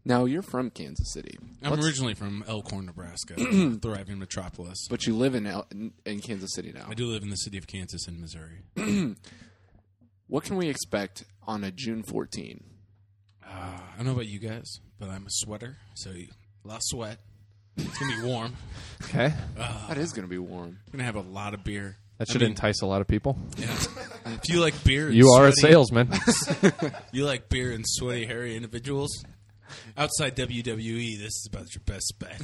B: Now you're from Kansas City,
C: I'm originally from Elkhorn, Nebraska, a thriving metropolis. But
B: but you live in L- in in Kansas City now.
C: I do live in the city of Kansas in Missouri.
B: What can we expect on a June 14?
C: Uh, I don't know about you guys, but I'm a sweater, so you- a lot of sweat. It's gonna be warm.
A: Okay.
B: That is going to be warm.
C: We're gonna have a lot of beer.
A: That
C: I
A: should
C: mean,
A: entice a lot of people.
C: yeah. If you like beer, and
A: You are a
C: sweaty-
A: salesman.
C: You like beer and sweaty, hairy individuals. Outside WWE, this is about your best bet.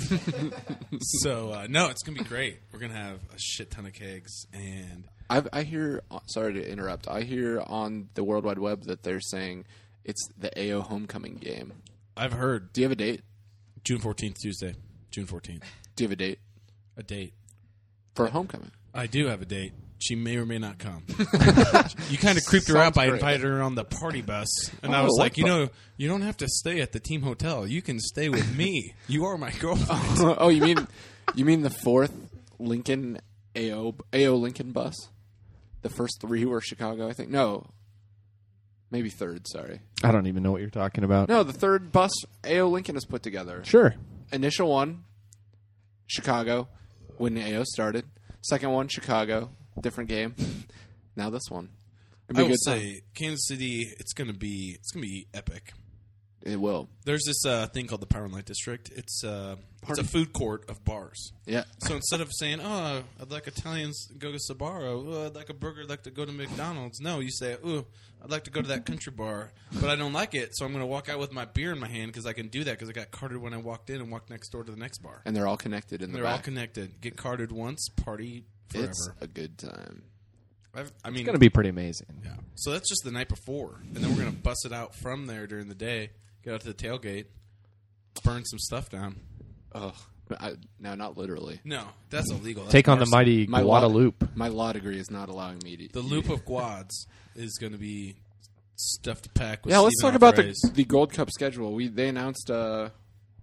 C: so uh, no, it's gonna be great. We're gonna have a shit ton of kegs, and
B: I, I hear. uh, Sorry to interrupt. I hear on the World Wide Web that they're saying it's the AO homecoming game.
C: I've heard
B: Do you have a date?
C: June fourteenth, Tuesday, June fourteenth,
B: Do you have a date
C: a date.
B: for homecoming?
C: I do have a date. She may or may not come. you kind of creeped her out by inviting her on the party bus, and I was
B: Oh, what
C: like, you know, you don't have to stay at the team hotel. You can stay with me. You are my girlfriend.
B: oh, you mean you mean the fourth Lincoln AO AO Lincoln bus? The first three were Chicago, I think. No, maybe third. Sorry.
A: I don't even know what you're talking about.
B: No, the third bus AO Lincoln has put together.
A: Sure.
B: Initial one, Chicago, when the AO started. Second one, Chicago, different game. Now this one. It'd
C: I
B: Oh, be a
C: would
B: good time.
C: say Kansas City. It's gonna be. It's gonna be epic.
B: It will.
C: There's this uh, thing called the Power and Light District. It's uh, it's a food court of bars.
B: Yeah.
C: So instead of saying, "Oh, I'd like Italians go to Sabaro. Oh, I'd like a burger. I'd like to go to McDonald's," no, you say, "Ooh, I'd like to go to that country bar, but I don't like it, so I'm going to walk out with my beer in my hand because I can do that because I got carded when I walked in and walked next door to the next bar.
B: And they're all connected in the
C: They're all
B: back.
C: connected. Get carded once, party forever.
B: it's a good time.
C: I've, I mean,
A: It's going to be pretty amazing.
C: yeah. So that's just the night before, and then we're going to bust it out from there during the day. Get out to the tailgate, burn some stuff down.
B: Ugh. I, no, not literally.
C: No, that's illegal. That's
A: Take on the
C: arson.
A: mighty
B: My law-
A: Guadalupe.
B: my law degree is not allowing me to.
C: The loop of quads is going to be stuffed to pack. With
B: yeah, let's
C: Stephen
B: talk about
C: Alvarez.
B: the the Gold Cup schedule. We they announced uh,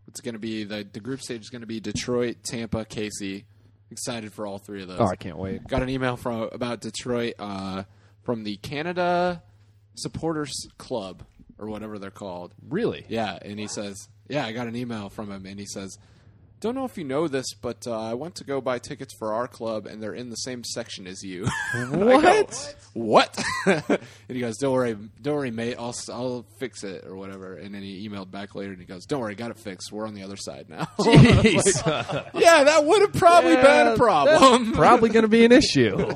B: it's going to be the the group stage is going to be Detroit, Tampa, Casey. Excited for all three of those.
A: Oh, I can't wait.
B: Got an email from about Detroit uh, from the Canada Supporters Club or whatever they're called.
A: Really?
B: Yeah, and he says, yeah, I got an email from him, and he says, don't know if you know this, but uh, I went to go buy tickets for our club, and they're in the same section as you.
A: Oh,
B: And I go, what? and he goes, don't worry, don't worry, mate. I'll s- I'll fix it or whatever. And then he emailed back later, and he goes, don't worry, got it fixed. We're on the other side now. Like, yeah, that would have probably been a problem.
A: Probably going to be an issue.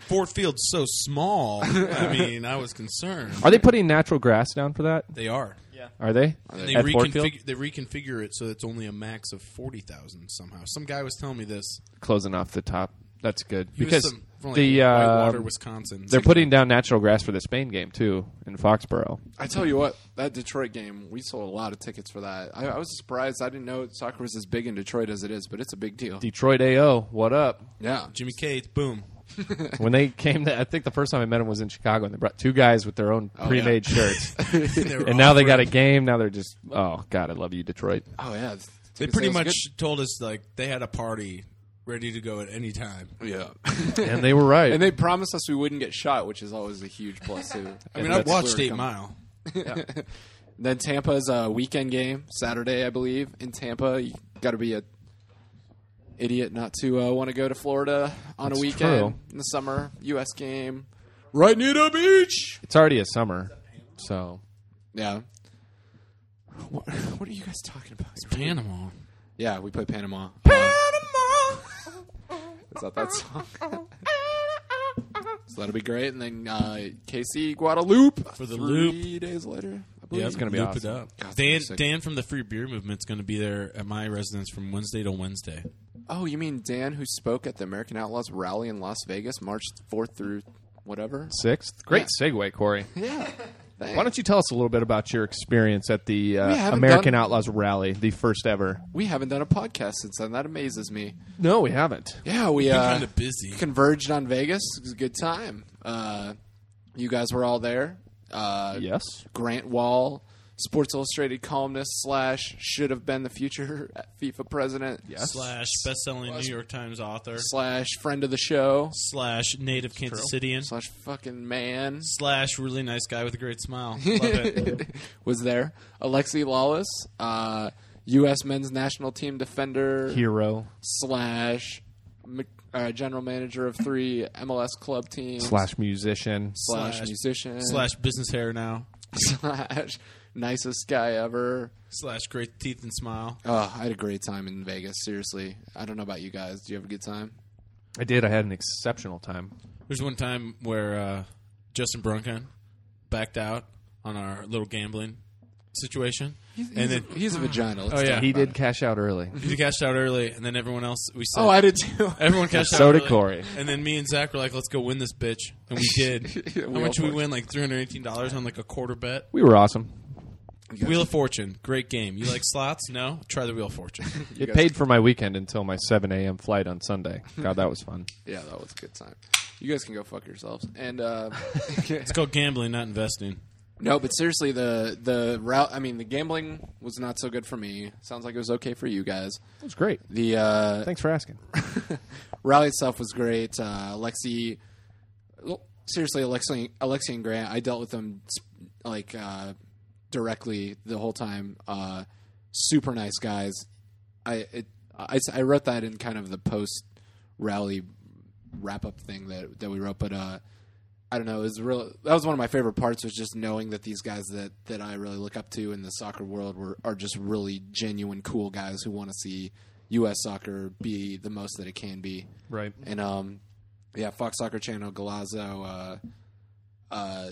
C: Ford Field's so small. I mean, I was concerned.
A: Are they putting natural grass down for that?
C: They are.
A: Are they?
C: And they
A: At Ford Field?
C: reconfigure. They reconfigure it so it's only a max of forty thousand somehow. Some guy was telling me this.
A: Closing off the top. That's good.
C: He was
A: because
C: some- from, like,
A: the uh,
C: Whitewater, Wisconsin.
A: they're putting down natural grass for the Spain game too in Foxborough.
B: I tell you what, that Detroit game, we sold a lot of tickets for that. I, I was surprised. I didn't know soccer was as big in Detroit as it is, but it's a big deal.
A: Detroit AO, what up?
B: Yeah.
C: Jimmy Cade. Boom.
A: when they came to, I think the first time I met them was in Chicago, and they brought two guys with their own pre-made shirts. and now they got a game. Now they're just, oh god, I love you, Detroit.
B: Oh yeah.
C: They pretty much told us like they had a party ready to go at any time.
B: Yeah.
A: And they were right.
B: and they promised us we wouldn't get shot, which is always a huge plus too.
C: I mean,
A: that's-
C: I watched
B: we were
C: Eight
B: coming.
C: Mile.
B: Then Tampa's a weekend game Saturday, I believe, in Tampa. You got to be a idiot not to uh, want to go to Florida on
A: That's
B: a weekend
A: true.
B: in the summer. U.S. game, right near the beach.
A: it's already a summer, so
B: Yeah. What, what are you guys talking about?
C: Panama.
B: Yeah, we play Panama. Panama. Is that that song? so that'll be great. And then uh, KC Guadalupe for
C: the
B: three days later. I believe.
A: it's gonna be
C: Loop
A: awesome.
C: it up.
B: God,
C: Dan
B: that's sick.
C: Dan from the Free Beer Movement's going to be there at my residence from Wednesday to Wednesday.
B: Oh, you mean Dan who spoke at the American Outlaws rally in Las Vegas, March fourth through whatever?
A: sixth. Great segue, Corey.
B: Yeah.
A: Why don't you tell us a little bit about your experience at the
B: We
A: uh,
B: haven't
A: American
B: done-
A: Outlaws Rally, the first ever?
B: We haven't done a podcast since then. That amazes me.
A: No, we haven't.
B: Yeah, we
C: Been
B: uh,
C: kind of busy.
B: converged on Vegas. It was a good time. Uh, you guys were all there. Uh,
A: Yes,
B: Grant Wall, Sports Illustrated columnist slash should have been the future FIFA president
A: yes.
C: slash best-selling New York Times author
B: slash friend of the show
C: slash native Kansas Cityan
B: slash fucking man
C: slash really nice guy with a great smile. Love it.
B: was there. Alexi Lawless, uh, U.S. men's national team defender
A: Hero
B: slash m- uh, general manager of three MLS club teams
A: slash musician.
B: slash
C: slash-
B: musician
C: slash business hair now.
B: slash nicest guy ever.
C: Slash great teeth and smile.
B: Uh, I had a great time in Vegas. Seriously, I don't know about you guys. Do you have a good time?
A: I did. I had an exceptional time.
C: There's one time where uh, Justin Brunken backed out on our little gambling situation, and then
B: He's a vagina. Let's
C: oh yeah,
A: He did cash out early.
C: he cashed out early, and then everyone else we said,
B: Oh, I did too.
C: everyone cashed out.
A: So did
C: early.
A: Corey.
C: And then me and Zach were like, "Let's go win this bitch," and we did.
B: Yeah,
C: How
B: we all
C: much did we
B: played.
C: win? Like three hundred eighteen dollars on like a quarter bet.
A: We were awesome.
C: Wheel of Fortune, great game. You like slots? No, try the Wheel of Fortune.
A: It paid for my weekend until my 7 a.m. flight on Sunday. God, that was fun.
B: Yeah, that was a good time. You guys can go fuck yourselves. And uh,
C: It's called gambling, not investing.
B: no, but seriously, the the route. I mean, the gambling was not so good for me. Sounds like it was okay for you guys.
A: It was great.
B: The uh,
A: Thanks for asking.
B: rally itself was great. Uh, Alexi, well, seriously, Alexi, Alexi and Grant, I dealt with them like uh, directly the whole time. Uh, super nice guys. I, it, I I wrote that in kind of the post rally wrap up thing that that we wrote, but. Uh, I don't know. It was real. That was one of my favorite parts was just knowing that these guys that, that I really look up to in the soccer world were are just really genuine, cool guys who want to see U.S. soccer be the most that it can be.
A: Right.
B: And um, yeah, Fox Soccer Channel, Galazzo, uh, uh,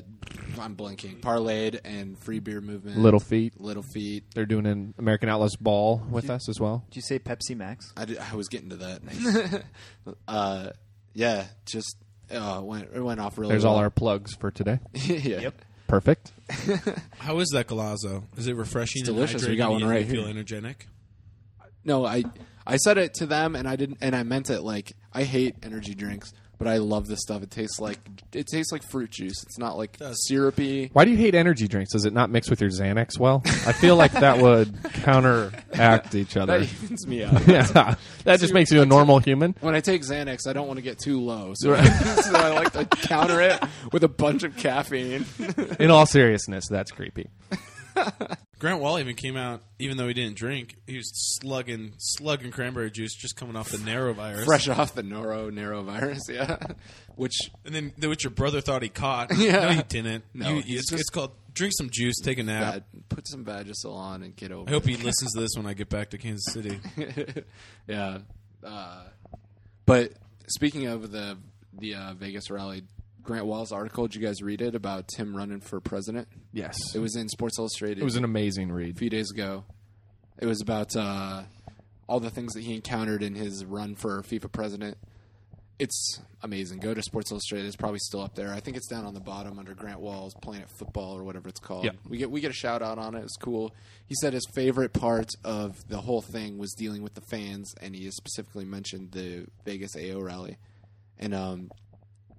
B: I'm blinking. Parlayed and Free Beer Movement,
A: Little Feet.
B: Little Feet.
A: They're doing an American Outlaws ball with us as well.
D: Did you say Pepsi Max?
B: I, did- I was getting to that. uh, yeah, just uh, went it went off really.
A: There's all
B: well.
A: our plugs for today.
B: yeah.
A: Perfect.
C: How is that Galazzo? Is it refreshing?
B: It's
C: and
B: delicious. We
C: hydrating
B: got one
C: and you
B: right
C: Feel
B: here.
C: energetic.
B: No, I I said it to them and I didn't and I meant it like I hate energy drinks, but I love this stuff. It tastes like it tastes like fruit juice. It's not like syrupy.
A: Why do you hate energy drinks? Does it not mix with your Xanax well? I feel like that would counteract each
B: That
A: other.
B: evens me out.
A: Yeah, that just makes you a normal human.
B: When I take Xanax, I don't want to get too low, so, so I like to counter it with a bunch of caffeine.
A: In all seriousness, that's creepy.
C: Grant Wall even came out, even though he didn't drink. He was slugging, slugging cranberry juice, just coming off the norovirus.
B: Fresh off the noro norovirus, yeah. Which
C: and then th- what your brother thought he caught.
B: Yeah.
C: No, he didn't.
B: No,
C: You-
B: he's
C: it's,
B: just-
C: it's called drink some juice, take a nap.
B: bad, put some Vagisil on and get over.
C: I hope he listens to this when I get back to Kansas City.
B: Yeah. Uh, but speaking of the the uh, Vegas rally, Grant Wall's article. Did you guys read it about Tim running for president?
A: Yes,
B: It was in Sports Illustrated.
A: it was an amazing
B: a
A: read.
B: few days ago. It was about uh, all the things that he encountered in his run for FIFA president. It's amazing. Go to Sports Illustrated. It's probably still up there. I think it's down on the bottom under Grant Wall's Planet Football or whatever it's called.
A: Yeah.
B: We get we get a shout out on it. It's cool. He said his favorite part of the whole thing was dealing with the fans, and he specifically mentioned the Vegas AO rally. And um,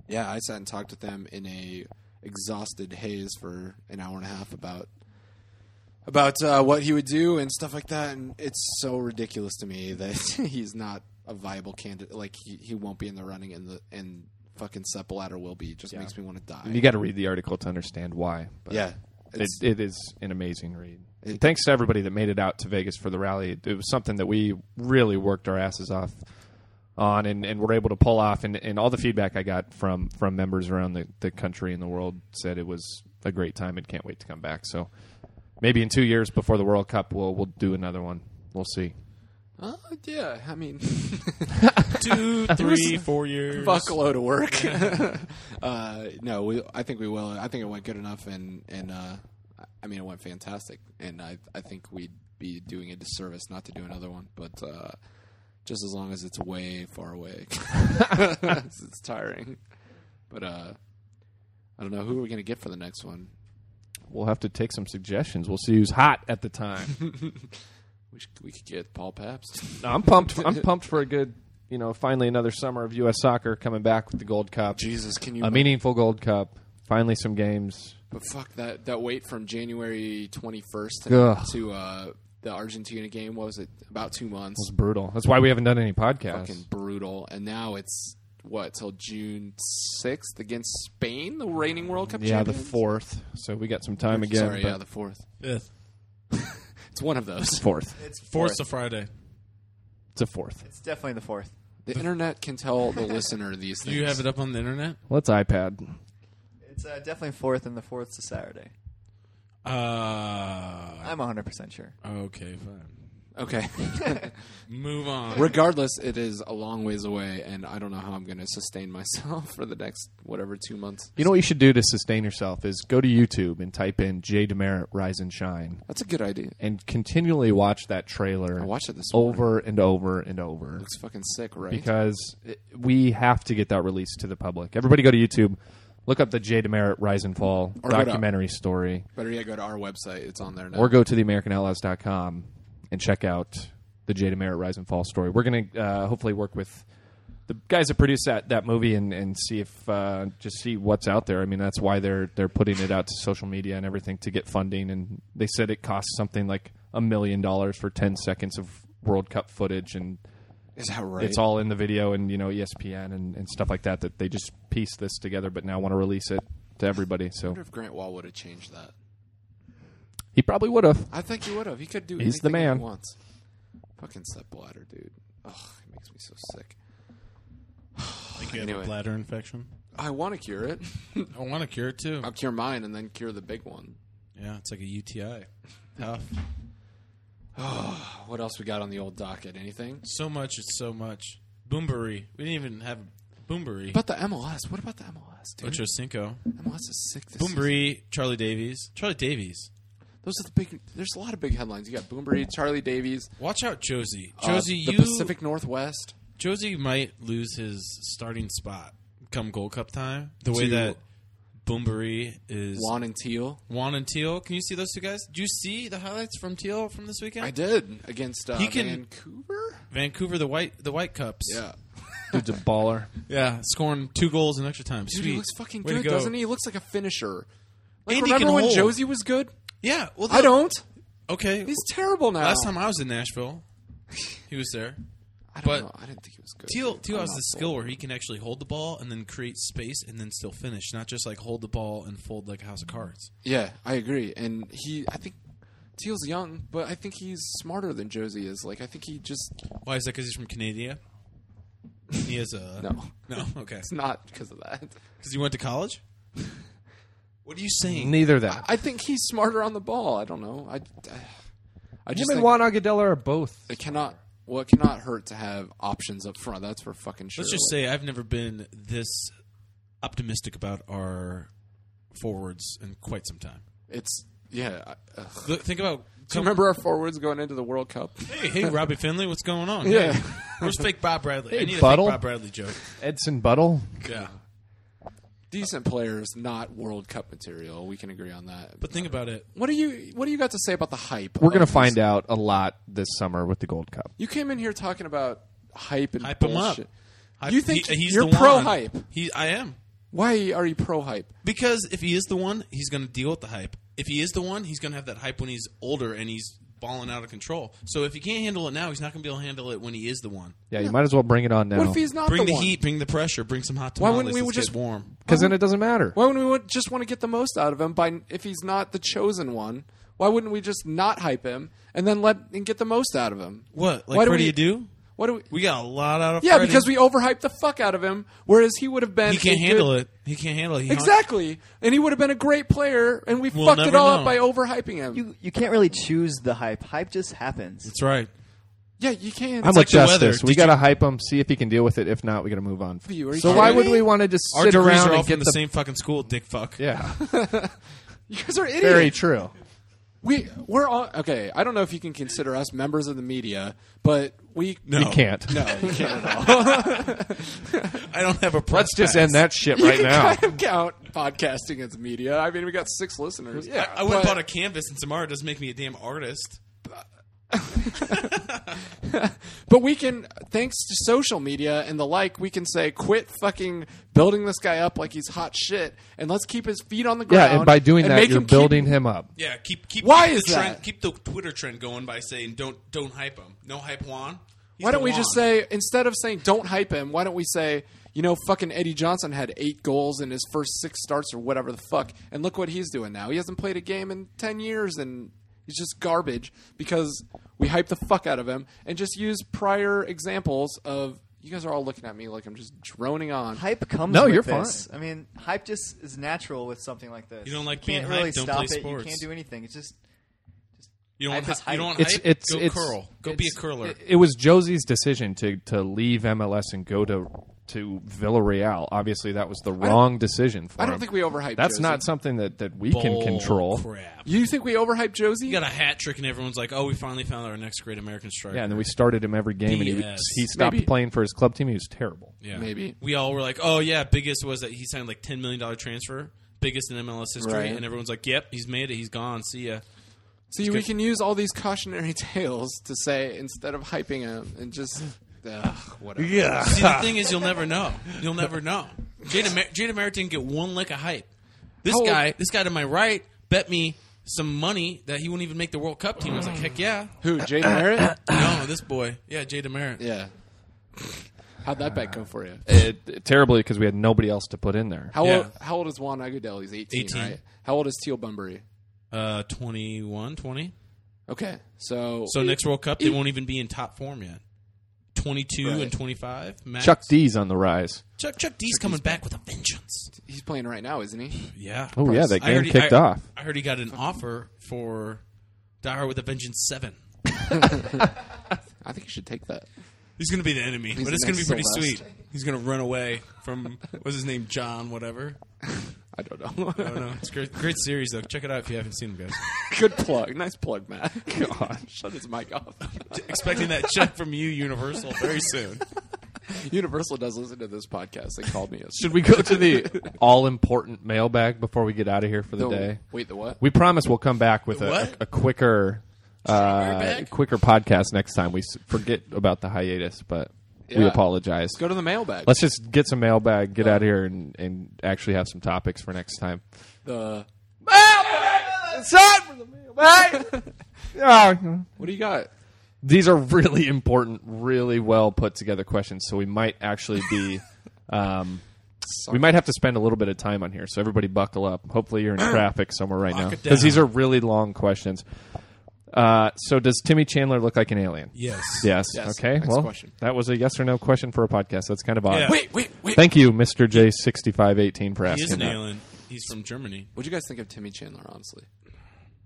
B: yeah, I sat and talked with them in a exhausted haze for an hour and a half about about uh, what he would do and stuff like that. And it's so ridiculous to me that he's not a viable candidate. Like he, he won't be in the running, and the and fucking Sepp Blatter will be. It just makes me want to die.
A: You got to read the article to understand why. But
B: yeah,
A: it,
B: it's,
A: it is an amazing read. And Thanks to everybody that made it out to Vegas for the rally. It, it was something that we really worked our asses off on and, and were able to pull off. And, and all the feedback I got from, from members around the, the country and the world said it was a great time and can't wait to come back. So maybe in two years before the World Cup, we'll, we'll do another one. We'll see.
B: uh, yeah. I mean,
C: Two, three, four years.
B: buckload of work. uh, no, we, I think we will. I think it went good enough, and and uh, I mean it went fantastic. And I I think we'd be doing a disservice not to do another one, but. Uh, just as long as it's way far away, it's tiring. But uh, I don't know who we're gonna get for the next one.
A: We'll have to take some suggestions. We'll see who's hot at the time.
B: We should, we could get Paul Pabst.
A: No, I'm pumped. I'm pumped for a good, you know, finally another summer of U.S. soccer coming back with the Gold Cup.
B: Jesus, can you?
A: a meaningful Gold Cup. Finally, some games.
B: But fuck that that wait from January twenty first
A: Ugh.
B: to uh, the Argentina game. What was it? About two months.
A: It's brutal. That's why we haven't done any podcasts.
B: fucking brutal. And now it's what till June sixth against Spain, the reigning World Cup.
A: yeah, the
B: champions?
A: fourth. So we got some time again.
B: Sorry,
A: but-
B: yeah, the fourth.
C: Fifth.
B: It's one of those.
A: fourth.
D: It's
C: Fourth's a Friday.
A: It's a fourth.
D: It's definitely the fourth.
B: The internet can tell the listener these
C: Do
B: things.
C: you have it up on the internet?
A: Let's iPad.
D: It's uh, definitely fourth, and the fourth's a Saturday.
C: Uh,
D: I'm 100% sure.
C: okay, fine.
B: Okay.
C: Move on.
B: Regardless, it is a long ways away, and I don't know how I'm going to sustain myself for the next whatever two months.
A: You know what you should do to sustain yourself is go to YouTube and type in Jay Demerit Rise and Shine
B: That's a good idea.
A: and continually watch that trailer.
B: I watched it this morning.
A: over and over and over
B: Looks fucking sick, right?
A: because it- we have to get that released to the public. Everybody go to YouTube, look up the Jay Demerit Rise and Fall
B: Or go to-
A: documentary story,
B: Better yet, go to our website. It's on there now.
A: or go to theamericanoutlaws.com and check out the Jay Demerit Rise and Fall story. We're going to uh, hopefully work with the guys that produced that, that movie and, and see if uh, just see what's out there. I mean, that's why they're they're putting it out to social media and everything to get funding. And they said it costs something like a million dollars for ten seconds of World Cup footage and
B: is that right?
A: it's all in the video and you know E ESPN and, and stuff like that that they just piece this together, but now want to release it to everybody.
B: I
A: So
B: wonder if Grant Wall would have changed that.
A: he probably would have.
B: I think he would have. He could do.
A: He's the
B: anything
A: man.
B: He wants. Fucking step bladder, dude. Ugh, it makes me so sick.
C: Think you have
B: Anyway.
C: a bladder infection?
B: I want to cure it.
C: I want to cure it too.
B: I'll cure mine and then cure the big one.
C: Yeah, it's like a UTI. Tough.
B: What else we got on the old docket? Anything?
C: So much. It's so much. Boombury. We didn't even have Boombury.
B: About the MLS. What about the MLS, dude?
C: Ocho Cinco.
B: MLS is sick this season.
C: Boombury. Charlie Davies. Charlie Davies.
B: Those are the big. There's a lot of big headlines. You got Boombury, Charlie Davies,
C: Watch out, Josie.
B: uh,
C: Josie,
B: the
C: you.
B: Pacific Northwest.
C: Josie might lose his starting spot come Gold Cup time. The way
B: To-
C: that Boombury is Juan.
B: Juan and Teal.
C: and Teal. Can you see those two guys? Do you see the highlights from Teal from this weekend?
B: I did against uh,
C: He can-
B: Vancouver.
C: Vancouver, the white the White Cups.
B: Yeah,
A: Dude's a baller.
C: yeah, scoring two goals in extra time.
B: dude,
C: Sweet.
B: he looks fucking
C: Way to
B: good,
C: go.
B: doesn't he? He looks like a finisher. Like,
C: And he
B: remember
C: can
B: when
C: hold.
B: Josie was good?
C: Yeah. Well,
B: I don't.
C: Okay.
B: He's terrible now.
C: Last time I was in Nashville, he was there.
B: I don't
C: but-
B: know. I didn't think he was good.
C: Teal
B: dude.
C: Teal
B: I'm
C: has
B: not
C: the
B: sold.
C: skill where he can actually hold the ball and then create space and then still finish, not just like hold the ball and fold like a house of cards.
B: Yeah, I agree. And he, I think Teal's young, but I think he's smarter than Josie is. Like, I think he just
C: Why is that? Because he's from Canada. He is a
B: No.
C: no. Okay,
B: it's not because of that.
C: because he went to college. What are you saying?
A: Neither that.
B: I think he's smarter on the ball. I don't know. I, I
A: Him
B: just
A: and
B: think
A: Juan Agudelo are both.
B: it cannot. Well, it cannot hurt to have options up front. That's for fucking sure.
C: Let's just say I've never been this optimistic about our forwards in quite some time.
B: it's yeah. I- ugh.
C: Look, think about.
B: Do you remember our forwards going into the World Cup?
C: Hey, hey, Robbie Finley, what's going on?
B: Yeah.
C: Hey, where's fake Bob Bradley? I
A: Hey,
C: need
A: Buddle.
C: a fake Bob Bradley joke.
A: Edson Buttle.
C: Yeah.
B: Decent players, not World Cup material. We can agree on that.
C: But think about it.
B: what do you what do you got to say about the hype?
A: We're gonna
B: of
A: find
B: this-
A: out a lot this summer with the Gold Cup.
B: You came in here talking about hype and
C: Hype him up.
B: bullshit.
C: I-
B: You think
C: he- he's
B: you're
C: the
B: pro
C: one.
B: hype?
C: He, I am.
B: Why are you pro hype?
C: Because if he is the one, he's going to deal with the hype. If he is the one, he's going to have that hype when he's older and he's balling out of control. So if he can't handle it now, he's not going to be able to handle it when he is the one.
A: Yeah, you might as well bring it on now.
B: What if he's not
C: bring the,
B: one?
C: heat, bring the pressure, bring some hot
B: Why
C: tamales.
B: wouldn't we
C: Let's
B: just-
C: get warm?
A: Because then it doesn't matter.
B: Why wouldn't we want, just want to get the most out of him by if he's not the chosen one? Why wouldn't we just not hype him and then let and get the most out of him?
C: What? Like
B: Why do
C: Freddie
B: we-
C: Adu?
B: What do we?
C: We got a lot out of
B: yeah,
C: Freddie.
B: because we overhyped the fuck out of him, whereas he would have been.
C: he can't
B: a good-
C: handle it. He can't handle it. He hung-
B: Exactly, and he would have been a great player, and we
C: We'll
B: fucked it
C: never
B: all up
C: know.
B: by overhyping him.
D: You you can't really choose the hype. Hype just happens.
C: That's right.
B: yeah, you can.
A: I'm
B: It's
A: with
C: like the weather.
A: Justice. We
C: Did
A: gotta hype him, see if he can deal with it. If not, we gotta move on.
B: Are you- are you
A: So why
B: kidding
A: would
B: me?
A: we want to just
C: Our
A: sit
C: degrees
A: around
C: are all
A: and
C: from
A: get
C: the, same fucking school, dick fuck.
A: Yeah,
B: you guys are idiots.
A: very true.
B: We we're all okay. I don't know if you can consider us members of the media, but we
C: No,
A: You can't.
B: no, you can't at all.
C: I don't have a press
A: Let's just
C: pass.
A: end that shit right now.
B: kind of count podcasting as media. I mean, we got six listeners. Yeah,
C: I went and bought a canvas, and Samara doesn't make me a damn artist.
B: But we can, thanks to social media and the like, we can say, quit fucking building this guy up like he's hot shit, and let's keep his feet on the ground.
A: Yeah, and by doing
B: and
A: that,
B: make
A: you're
B: him keep-
A: building him up.
C: Yeah, keep keep.
B: Why
C: keep
B: is
C: the trend,
B: that?
C: Keep the Twitter trend going by saying don't don't hype him. No hype Juan. He's
B: why don't
C: the
B: we just
C: Juan.
B: say instead of saying don't hype him, why don't we say you know fucking Eddie Johnson had eight goals in his first six starts or whatever the fuck, and look what he's doing now. He hasn't played a game in ten years and. He's just garbage because we hype the fuck out of him and just use prior examples of You guys are all looking at me like I'm just droning on.
D: Hype comes.
A: No,
D: with
A: you're
D: this. I mean, hype just is natural with something like this.
C: You don't like
D: can't
C: being
D: really
C: hyped, don't
D: stop
C: play
D: it.
C: sports.
D: You can't do anything. It's just
C: You don't
D: Hype
C: want
D: is
C: hy- you don't
D: hype.
C: want
A: It's-
C: hype?
A: it's-
C: go
A: it's-
C: curl. Go be a
A: it's-
C: curler.
A: It, it was Josie's decision to to leave MLS and go to to Villarreal. Obviously, that was the wrong decision for
B: I don't
A: him.
B: think we overhyped
A: That's
B: Josie.
A: not something that that we
C: Bull
A: can control.
C: Crap.
B: You think we overhyped Josie?
C: You got a hat trick, and everyone's like, "Oh, we finally found our next great American striker."
A: Yeah, and then we started him every game, and he
C: BS.
A: he stopped
B: Maybe-
A: playing for his club team. He was terrible.
C: Yeah.
B: Maybe.
C: We all were like, oh, yeah, biggest was that he signed like $10 million transfer, biggest in MLS history.
B: Right.
C: And everyone's like, yep, he's made it. He's gone. See ya.
B: See, we can use all these cautionary tales to say instead of hyping him and just uh, ugh, whatever.
A: Yeah,
C: See, the thing is, you'll never know. You'll never know. Jada, Mer- Jada Merritt didn't get one lick of hype. This
B: How old-
C: guy, this guy to my right, bet me some money that he wouldn't even make the World Cup team. I was like, heck yeah.
B: Who? Jay Merritt?
C: No, this boy. Yeah, Jada Merritt.
B: yeah. How'd that bet go for you?
A: it, it- Uh, terribly because we had nobody else to put in there.
B: How
C: Yeah.
B: old? How old is Juan Agudelo? He's 18,
C: 18.
B: right? How old is Teal Bunbury?
C: Uh, 21, 20.
B: Okay, so
C: So next World Cup, they won't even be in top form yet. 22
B: Right.
C: and 25. Max.
A: Chuck D's on the rise.
C: Chuck, Chuck D's coming back with a vengeance.
B: he's playing right now, isn't he?
C: Yeah.
A: Oh yeah, that
C: I
A: game
C: heard he-
A: kicked
C: I-
A: off.
C: I heard he got an offer for Die Hard with a Vengeance Seven.
B: I think you should take that.
C: He's gonna be the enemy, but
B: the
C: it's gonna be
B: next
C: pretty
B: Sylvester.
C: sweet. He's gonna run away from what's his name, John, whatever.
B: I don't know.
C: I don't know. It's a great, great series though. Check it out if you haven't seen it, guys.
B: Good plug. Nice plug, Matt. God, shut his mic off.
C: Expecting that check from you, Universal, very soon.
B: Universal does listen to this podcast. They called me.
A: Should we go to the all important mailbag before we get out of here for the day?
B: Wait, the what?
A: We promise we'll come back with a,
C: What?
A: a, quicker, uh,
C: Mailbag?
A: quicker podcast next time. We s- forget about the hiatus, but we
B: Yeah.
A: apologize.
B: Let's go to the mailbag.
A: Let's just get some mailbag, get out of here, and, and actually have some topics for next time.
B: the
A: It's time for the mailbag.
B: what do you got?
A: These are really important, really well put together questions, so we might actually be. Um, we might have to spend a little bit of time on here, so everybody buckle up. Hopefully, you're in traffic somewhere right now
C: it
A: because these
C: down.
A: are really long questions. Uh, so, does Timmy Chandler look like an alien?
C: Yes.
A: Yes.
B: Yes.
A: Okay.
B: Next
A: well,
B: question.
A: that was a yes or no question for a podcast. That's kind of odd.
C: Yeah.
B: Wait, wait, wait.
A: Thank you, Mr. J6518, for
C: He
A: asking
C: is an
A: that.
C: alien. He's from Germany.
B: What'd you guys think of Timmy Chandler? Honestly,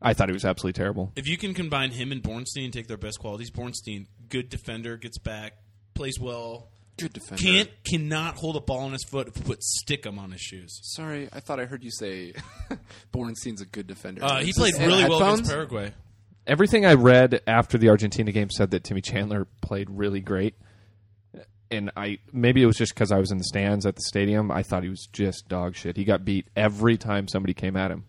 A: I thought he was absolutely terrible.
C: If you can combine him and Bornstein and take their best qualities, Bornstein, good defender, gets back, plays well,
B: good defender.
C: can't cannot hold a ball on his foot if you put stick 'em on his shoes.
B: Sorry, I thought I heard you say Bornstein's a good defender.
C: Uh, he
B: Is
C: played
B: this in
C: really well
B: headphones?
C: against Paraguay.
A: Everything I read after the Argentina game said that Timmy Chandler played really great. And I maybe it was just because I was in the stands at the stadium. I thought he was just dog shit. He got beat every time somebody came at him.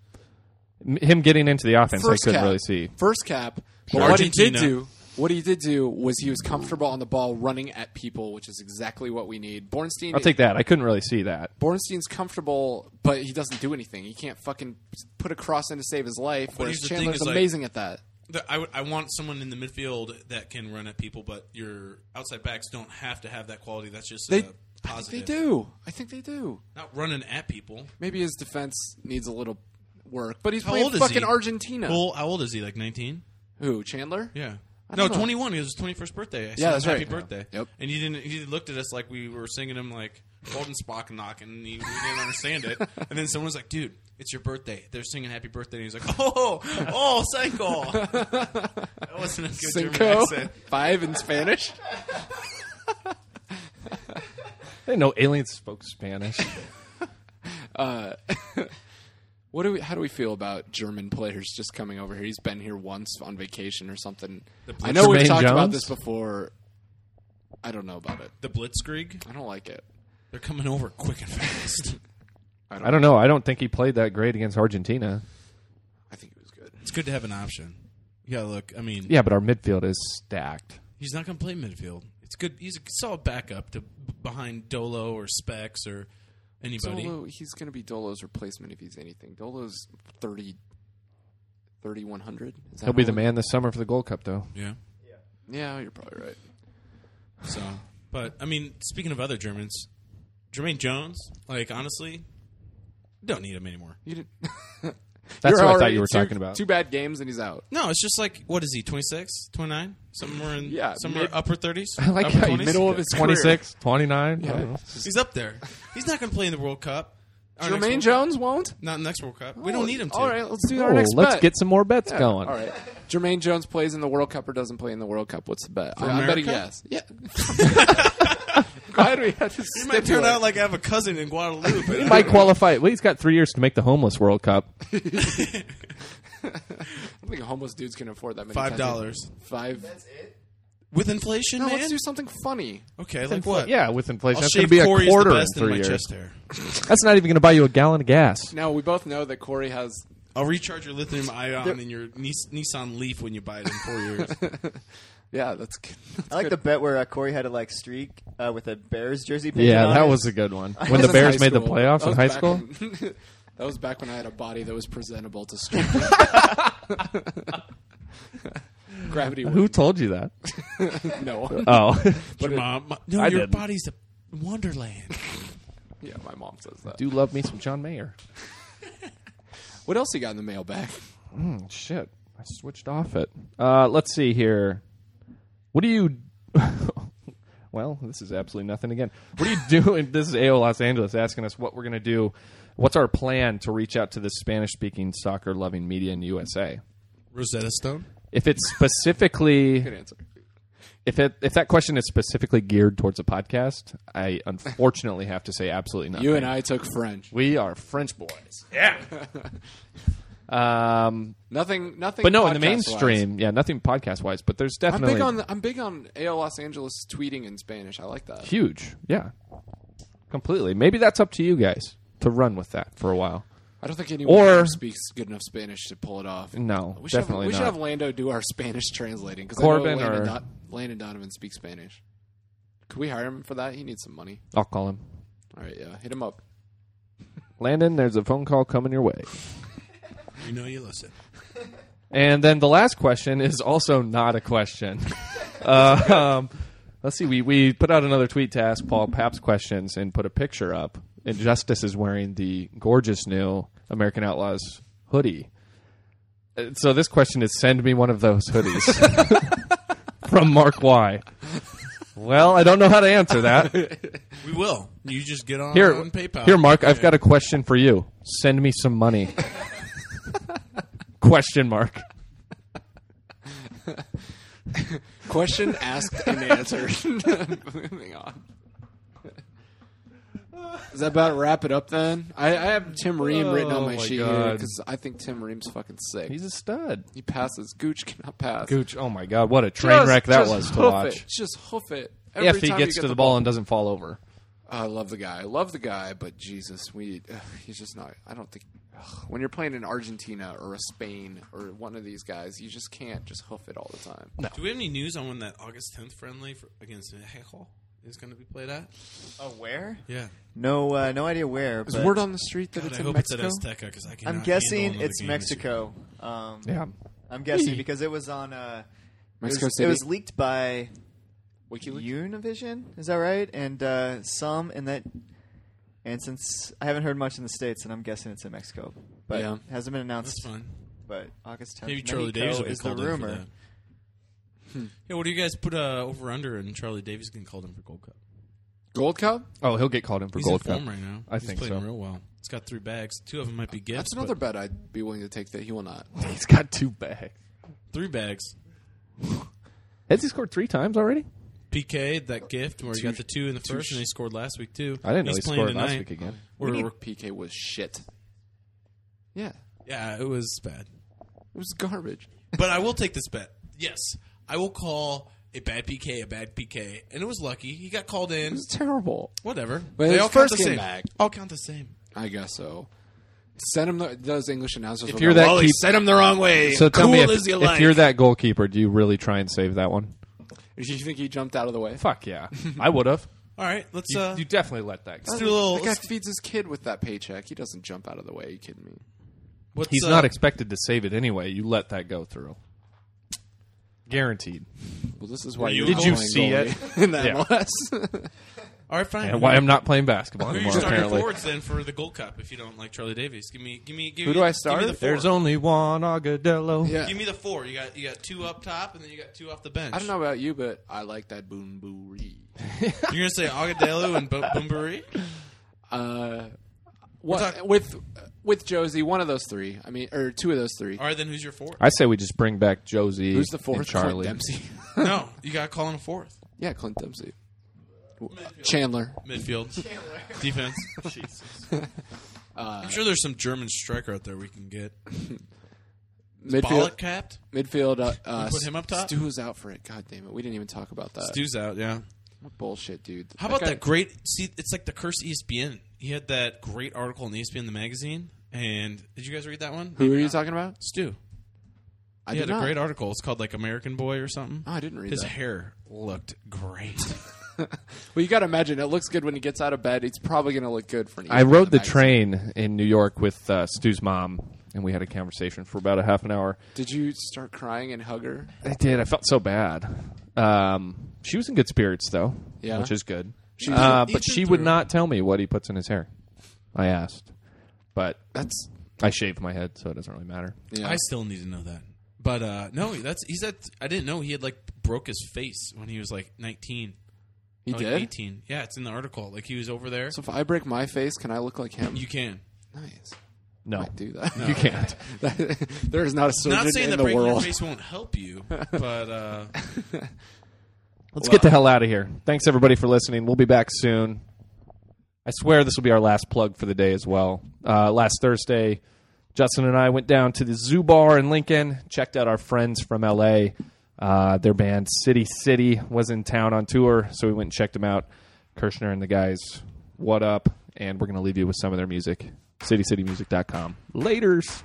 A: M- Him getting into the offense, I couldn't
B: cap.
A: really see.
B: First cap. But
C: Sure.
B: what he did
C: Argentina.
B: do, what he did do was he was comfortable on the ball, running at people, which is exactly what we need. Bornstein,
A: I'll take that. I couldn't really see that.
B: Bornstein's comfortable, but he doesn't do anything. He can't fucking put a cross in to save his life. Whereas
C: here's the thing
B: Chandler's
C: is, like-
B: amazing at that.
C: The- I, would- I want someone in the midfield that can run at people, but your outside backs don't have to have that quality. That's just
B: They,
C: a
B: I think
C: uh, positive.
B: they do. I think they do.
C: Not running at people.
B: Maybe his defense needs a little work, but he's
C: How
B: playing
C: old is
B: fucking
C: he?
B: Argentina.
C: Well, how old is he? Like 19?
B: Who Chandler?
C: Yeah.
B: I
C: No,
B: don't know.
C: 21. It was his 21st birthday. I said
B: that's
C: happy
B: right.
C: birthday.
B: Yep.
C: And he didn't. He looked at us like we were singing him like Golden Spock knock, and he, we didn't understand it. And then someone was like, "Dude, it's your birthday." They're singing happy birthday, and he's like, "Oh, oh, Senko." that wasn't a good German
B: Cinco
C: accent.
B: five in Spanish.
A: I didn't know aliens spoke Spanish.
B: What do we? How do we feel about German players just coming over here? He's been here once on vacation or something. I know we've
A: Jermaine
B: talked about
A: Jones?
B: this before. I don't know about it.
C: The Blitzkrieg.
B: I don't like it.
C: They're coming over quick and fast.
A: I don't know. I don't think he played that great against Argentina.
B: I think it was good.
C: It's good to have an option. Yeah, look, I mean,
A: Yeah, but our midfield is stacked.
C: he's not going to play midfield. It's good. He's a solid backup to behind Dolo or Specs or anybody.
B: Dolo, he's going to be Dolo's replacement if he's anything. Dolo's 30, 3100. Is that
A: He'll be the
B: right?
A: man this summer for the Gold Cup, though.
C: Yeah.
B: Yeah, you're probably right.
C: So, but I mean, speaking of other Germans, Jermaine Jones, like honestly, don't need him anymore.
B: You didn't.
A: That's
B: You're
A: what I thought
B: already
A: you were
B: two-
A: talking about.
B: Two bad games and he's out.
C: No, it's just like what is he? 26, 29? somewhere in
B: Yeah,
C: somewhere
B: mid-
C: upper thirties.
A: I like
C: upper
A: how you
C: 20s?
B: Middle of his career.
G: 26, 29. I don't know.
C: He's up there. He's not going to play in the World Cup. Our next
B: Jermaine
C: World
B: Jones won't.
C: Cup- not next World Cup. We don't need him to.
B: All right, let's do
A: Oh,
B: our next.
A: let's
B: bet.
A: get some more bets going.
B: All right. Jermaine Jones plays in the World Cup or doesn't play in the World Cup. What's the bet? I'm
C: America?
B: betting yes. Yeah. Glad we had to
C: It might turn out like I have a cousin in Guadalupe.
A: Might
C: I
A: qualify. Well, he's got three years to make the homeless World Cup.
B: I don't think homeless dudes can afford that many.
C: Five
B: tattoos.
C: dollars
B: Five.
C: with inflation,
B: No,
C: man.
B: let's do something funny.
C: okay, like what?
G: Yeah, with inflation,
C: I'll
G: that's
C: shave
G: going to be
C: Corey's
G: a quarter
C: the
G: in
C: best in,
G: three
C: my
G: years.
C: chest hair.
A: That's not even going to buy you a gallon of gas.
B: Now we both know that Corey has.
C: I'll recharge your lithium ion in your Nis- Nissan Leaf when you buy it in four years.
B: Yeah, that's good.
D: I like the bet where uh, Corey had a like streak uh, with a Bears jersey. painted
G: Yeah,
D: on
G: that
D: it.
G: was a good one.
B: That
G: When the
B: was in
G: Bears
B: high
G: made the
B: school.
G: playoffs
B: That
G: in
B: was
G: high
B: back
G: school,
B: when- that was back when I had a body that was presentable to school. Gravity.
A: Who
B: wouldn't.
A: told you that?
B: no.
A: Oh,
C: your mom, my- no,
A: I
C: your
A: didn't.
C: body's a wonderland.
B: Yeah, my mom says that.
A: do love me some John Mayer.
B: What else you got in the mailbag?
A: Shit, I switched off it. Uh, let's see here. What do you? well, this is absolutely nothing again. What are you doing? this is AO Los Angeles asking us what we're going to do. What's our plan to reach out to the Spanish-speaking soccer-loving media in USA?
C: Rosetta Stone.
A: If it's specifically
B: Good answer.
A: if it if that question is specifically geared towards a podcast, I unfortunately have to say absolutely nothing.
B: You and I took French.
A: we are French boys. Yeah. um,
B: Nothing. Nothing.
A: but no, in the
B: podcast-wise.
A: mainstream, yeah, nothing podcast wise. But there's
B: I'm
A: definitely
B: big on. I'm big on AL Los Angeles tweeting in Spanish. I like that.
A: huge, yeah, completely. Maybe that's up to you guys to run with that for a while.
B: I don't think anyone
A: Or-
B: here speaks good enough Spanish to pull it off.
A: No,
B: we should
A: definitely
B: have, We should
A: not.
B: have Lando do our Spanish translating because
A: Corbin
B: Landon,
A: or-
B: Do- Landon Donovan speaks Spanish. Could we hire him for that? He needs some money.
A: I'll call him.
B: All right, yeah, hit him up.
A: Landon, there's a phone call coming your way.
C: You know you listen.
A: And then the last question is also not a question. uh, um, let's see. We, we put out another tweet to ask Paul Paps questions and put a picture up. And Justice is wearing the gorgeous new American Outlaws hoodie. Uh, So this question is send me one of those hoodies from Mark Y. Well, I don't know how to answer that.
C: We will. You just get on,
A: Here,
C: on PayPal.
A: here, Mark, I've got a question for you. Send me some money. question mark.
B: Question asked and answered. Moving on. Does that about wrap it up then? I, I have Tim Ream written on
A: Oh
B: my,
A: my
B: sheet here
A: God.
B: because I think Tim Ream's fucking sick.
A: He's a stud.
B: he passes. Gooch cannot pass.
A: Gooch, oh my god, what a train wreck that
B: just
A: was to
B: hoof
A: watch.
B: It. Just hoof it. Every
A: If he
B: time you
A: gets
B: get
A: to the ball and doesn't fall over.
B: I love the guy. I love the guy, but Jesus, we ugh, he's just not. I don't think ugh, when you're playing in Argentina or a Spain or one of these guys, you just can't just hoof it all the time. No.
C: Do we have any news on when that August 10th friendly for, against Mexico is going to be played at?
D: Oh, where?
C: Yeah.
D: No, uh, no idea where.
B: There's
D: but
B: word on the street that
C: God,
B: it's
C: I
B: in
C: hope
B: Mexico.
C: it's at Azteca because I cannot
D: I'm
C: handle
D: guessing
C: another
D: it's
C: game this year.
D: Mexico. Um,
A: Yeah.
D: I'm guessing because it was on. Uh, it
B: Mexico
D: was-
B: City.
D: It was leaked by
B: WikiLeaks.
D: Univision, is that right? And uh, some in that. And since I haven't heard much in the states, and I'm guessing it's in Mexico, but
B: Yeah.
D: hasn't been
C: That's fine.
D: announced. But August 10th,
C: Maybe Charlie
D: Mexico
C: Davis will be
D: is the
C: called in for
D: rumor. Hmm.
C: that. Yeah, what do you guys put uh, over under and Charlie Davis getting called in for Gold Cup?
B: Gold Cup.
A: Oh, he'll get called in for
C: He's
A: Gold
C: in
A: Cup.
C: form right now.
A: I
C: He's
A: think
C: playing
A: so.
C: real well. He's got three bags. Two of them might be gifts.
B: That's another
C: but
B: bet I'd be willing to take that he will not.
A: He's got two bags.
C: three bags.
A: Has he scored three times already?
C: PK that gift where he got the two in the first, and he scored last week too.
A: I didn't know
C: He's
A: he
C: playing
A: scored last
C: tonight.
A: week again.
C: We're- we're-
B: PK was shit. Yeah, it
C: yeah, it was bad.
B: was garbage.
C: But I will take this bet. Yes, I will call a bad PK a bad PK, and it was lucky he got called in.
B: It was terrible.
C: Whatever.
B: But
C: they
B: his
C: all count
B: first
C: the
B: game
C: same.
B: back.
C: All count the same.
B: I guess so. Send him the, those English announcers. If
A: you're that
B: well, he
A: keep-
B: sent him the wrong way.
A: So tell
B: cool
A: me, if,
B: as you
A: if
B: like.
A: you're that goalkeeper, do you really try and save that one?
B: Do you think he jumped out of the way?
A: Fuck yeah. I would have.
C: All right, let's
A: You,
C: uh,
A: you definitely let that go.
C: let's do a little.
B: That guy
C: let's-
B: feeds his kid with that paycheck. He doesn't jump out of the way. you kidding me?
C: what's,
A: He's
C: uh,
A: not expected to save it anyway. You let that go through. Guaranteed.
B: Well, this is why
C: Were
B: you were
C: you Did you
B: playing
G: see
B: goalie in the
A: Yeah.
B: MLS.
C: All right, fine.
G: And why I'm not playing basketball
C: Who are you
G: anymore,
C: starting
G: apparently.
C: forwards then for the Gold Cup if you don't like Charlie Davies? Give me, give me, give
B: Who
C: me.
B: do I
C: Give
B: start?
C: me the four.
G: There's only one Agudelo.
B: yeah,
C: Give me the four. You got you got two up top, and then you got two off the bench.
B: I don't know about you, but I like that boom booey.
C: You're gonna say Agudelo and Bo- Bumburi?
B: Uh, what
C: talk-
B: with with Josie? One of those three. I mean, or two of those three.
C: All right, then who's your fourth?
A: I say we just bring back Josie.
B: Who's the fourth?
A: And Charlie.
B: Clint Dempsey.
C: No, you got to call in a fourth.
B: yeah, Clint Dempsey. Chandler.
C: Midfield, defense. Jesus. I'm sure there's some German striker out there we can get.
B: Midfield.
C: Bollock capped.
B: Midfield. Uh, uh,
C: put him up top?
B: Stu was out for it. God damn it! We didn't even talk about that.
C: Stu's out. Yeah.
B: Bullshit, dude.
C: How about
B: guy-
C: that great? See, it's like the curse E ESPN. He had that great article in E ESPN the magazine, and did you guys read that one?
B: Who are you talking about?
C: Stu.
B: I
C: He
B: did
C: had a
B: not.
C: great article. It's called like American Boy or something.
B: Oh, I didn't read
C: His
B: that.
C: hair looked great.
B: Well, you got to imagine it looks good when he gets out of bed. It's probably going to look good for. An
A: I
B: evening
A: rode the
B: magazine.
A: train in New York with uh, Stu's mom, and we had a conversation for about a half an hour.
B: Did you start crying and hug her?
A: I did. I felt so bad. Um, she was in good spirits though,
B: Yeah.
A: which is good.
B: She's-
A: uh,
C: He's
A: but
C: been
A: she would
C: through it.
A: not tell me what he puts in his hair. I asked, but
B: That's
A: I shaved my head, so it doesn't really matter.
B: yeah.
C: I still need to know that. But uh no, that's he's at. I didn't know he had like broke his face when he was like 19.
B: he
C: like
B: did.
C: 18. Yeah, it's in the article. Like he was over there.
B: So if I break my face, can I look like him?
C: you can.
B: nice.
A: No,
B: Might do that.
A: you can't.
B: there is not a surgeon
C: Not saying
B: in
C: that
B: the
C: breaking your
B: world.
C: face won't help you, but uh
A: Let's get the hell out of here. Thanks everybody for listening. We'll be back soon. I swear this will be our last plug for the day as well. Uh, last Thursday, Justin and I went down to the Zoo Bar in Lincoln, checked out our friends from LA. Uh, their band City City was in town on tour, so we went and checked them out. Kirshner and the guys, what up? And we're going to leave you with some of their music. CityCityMusic.com. Laters.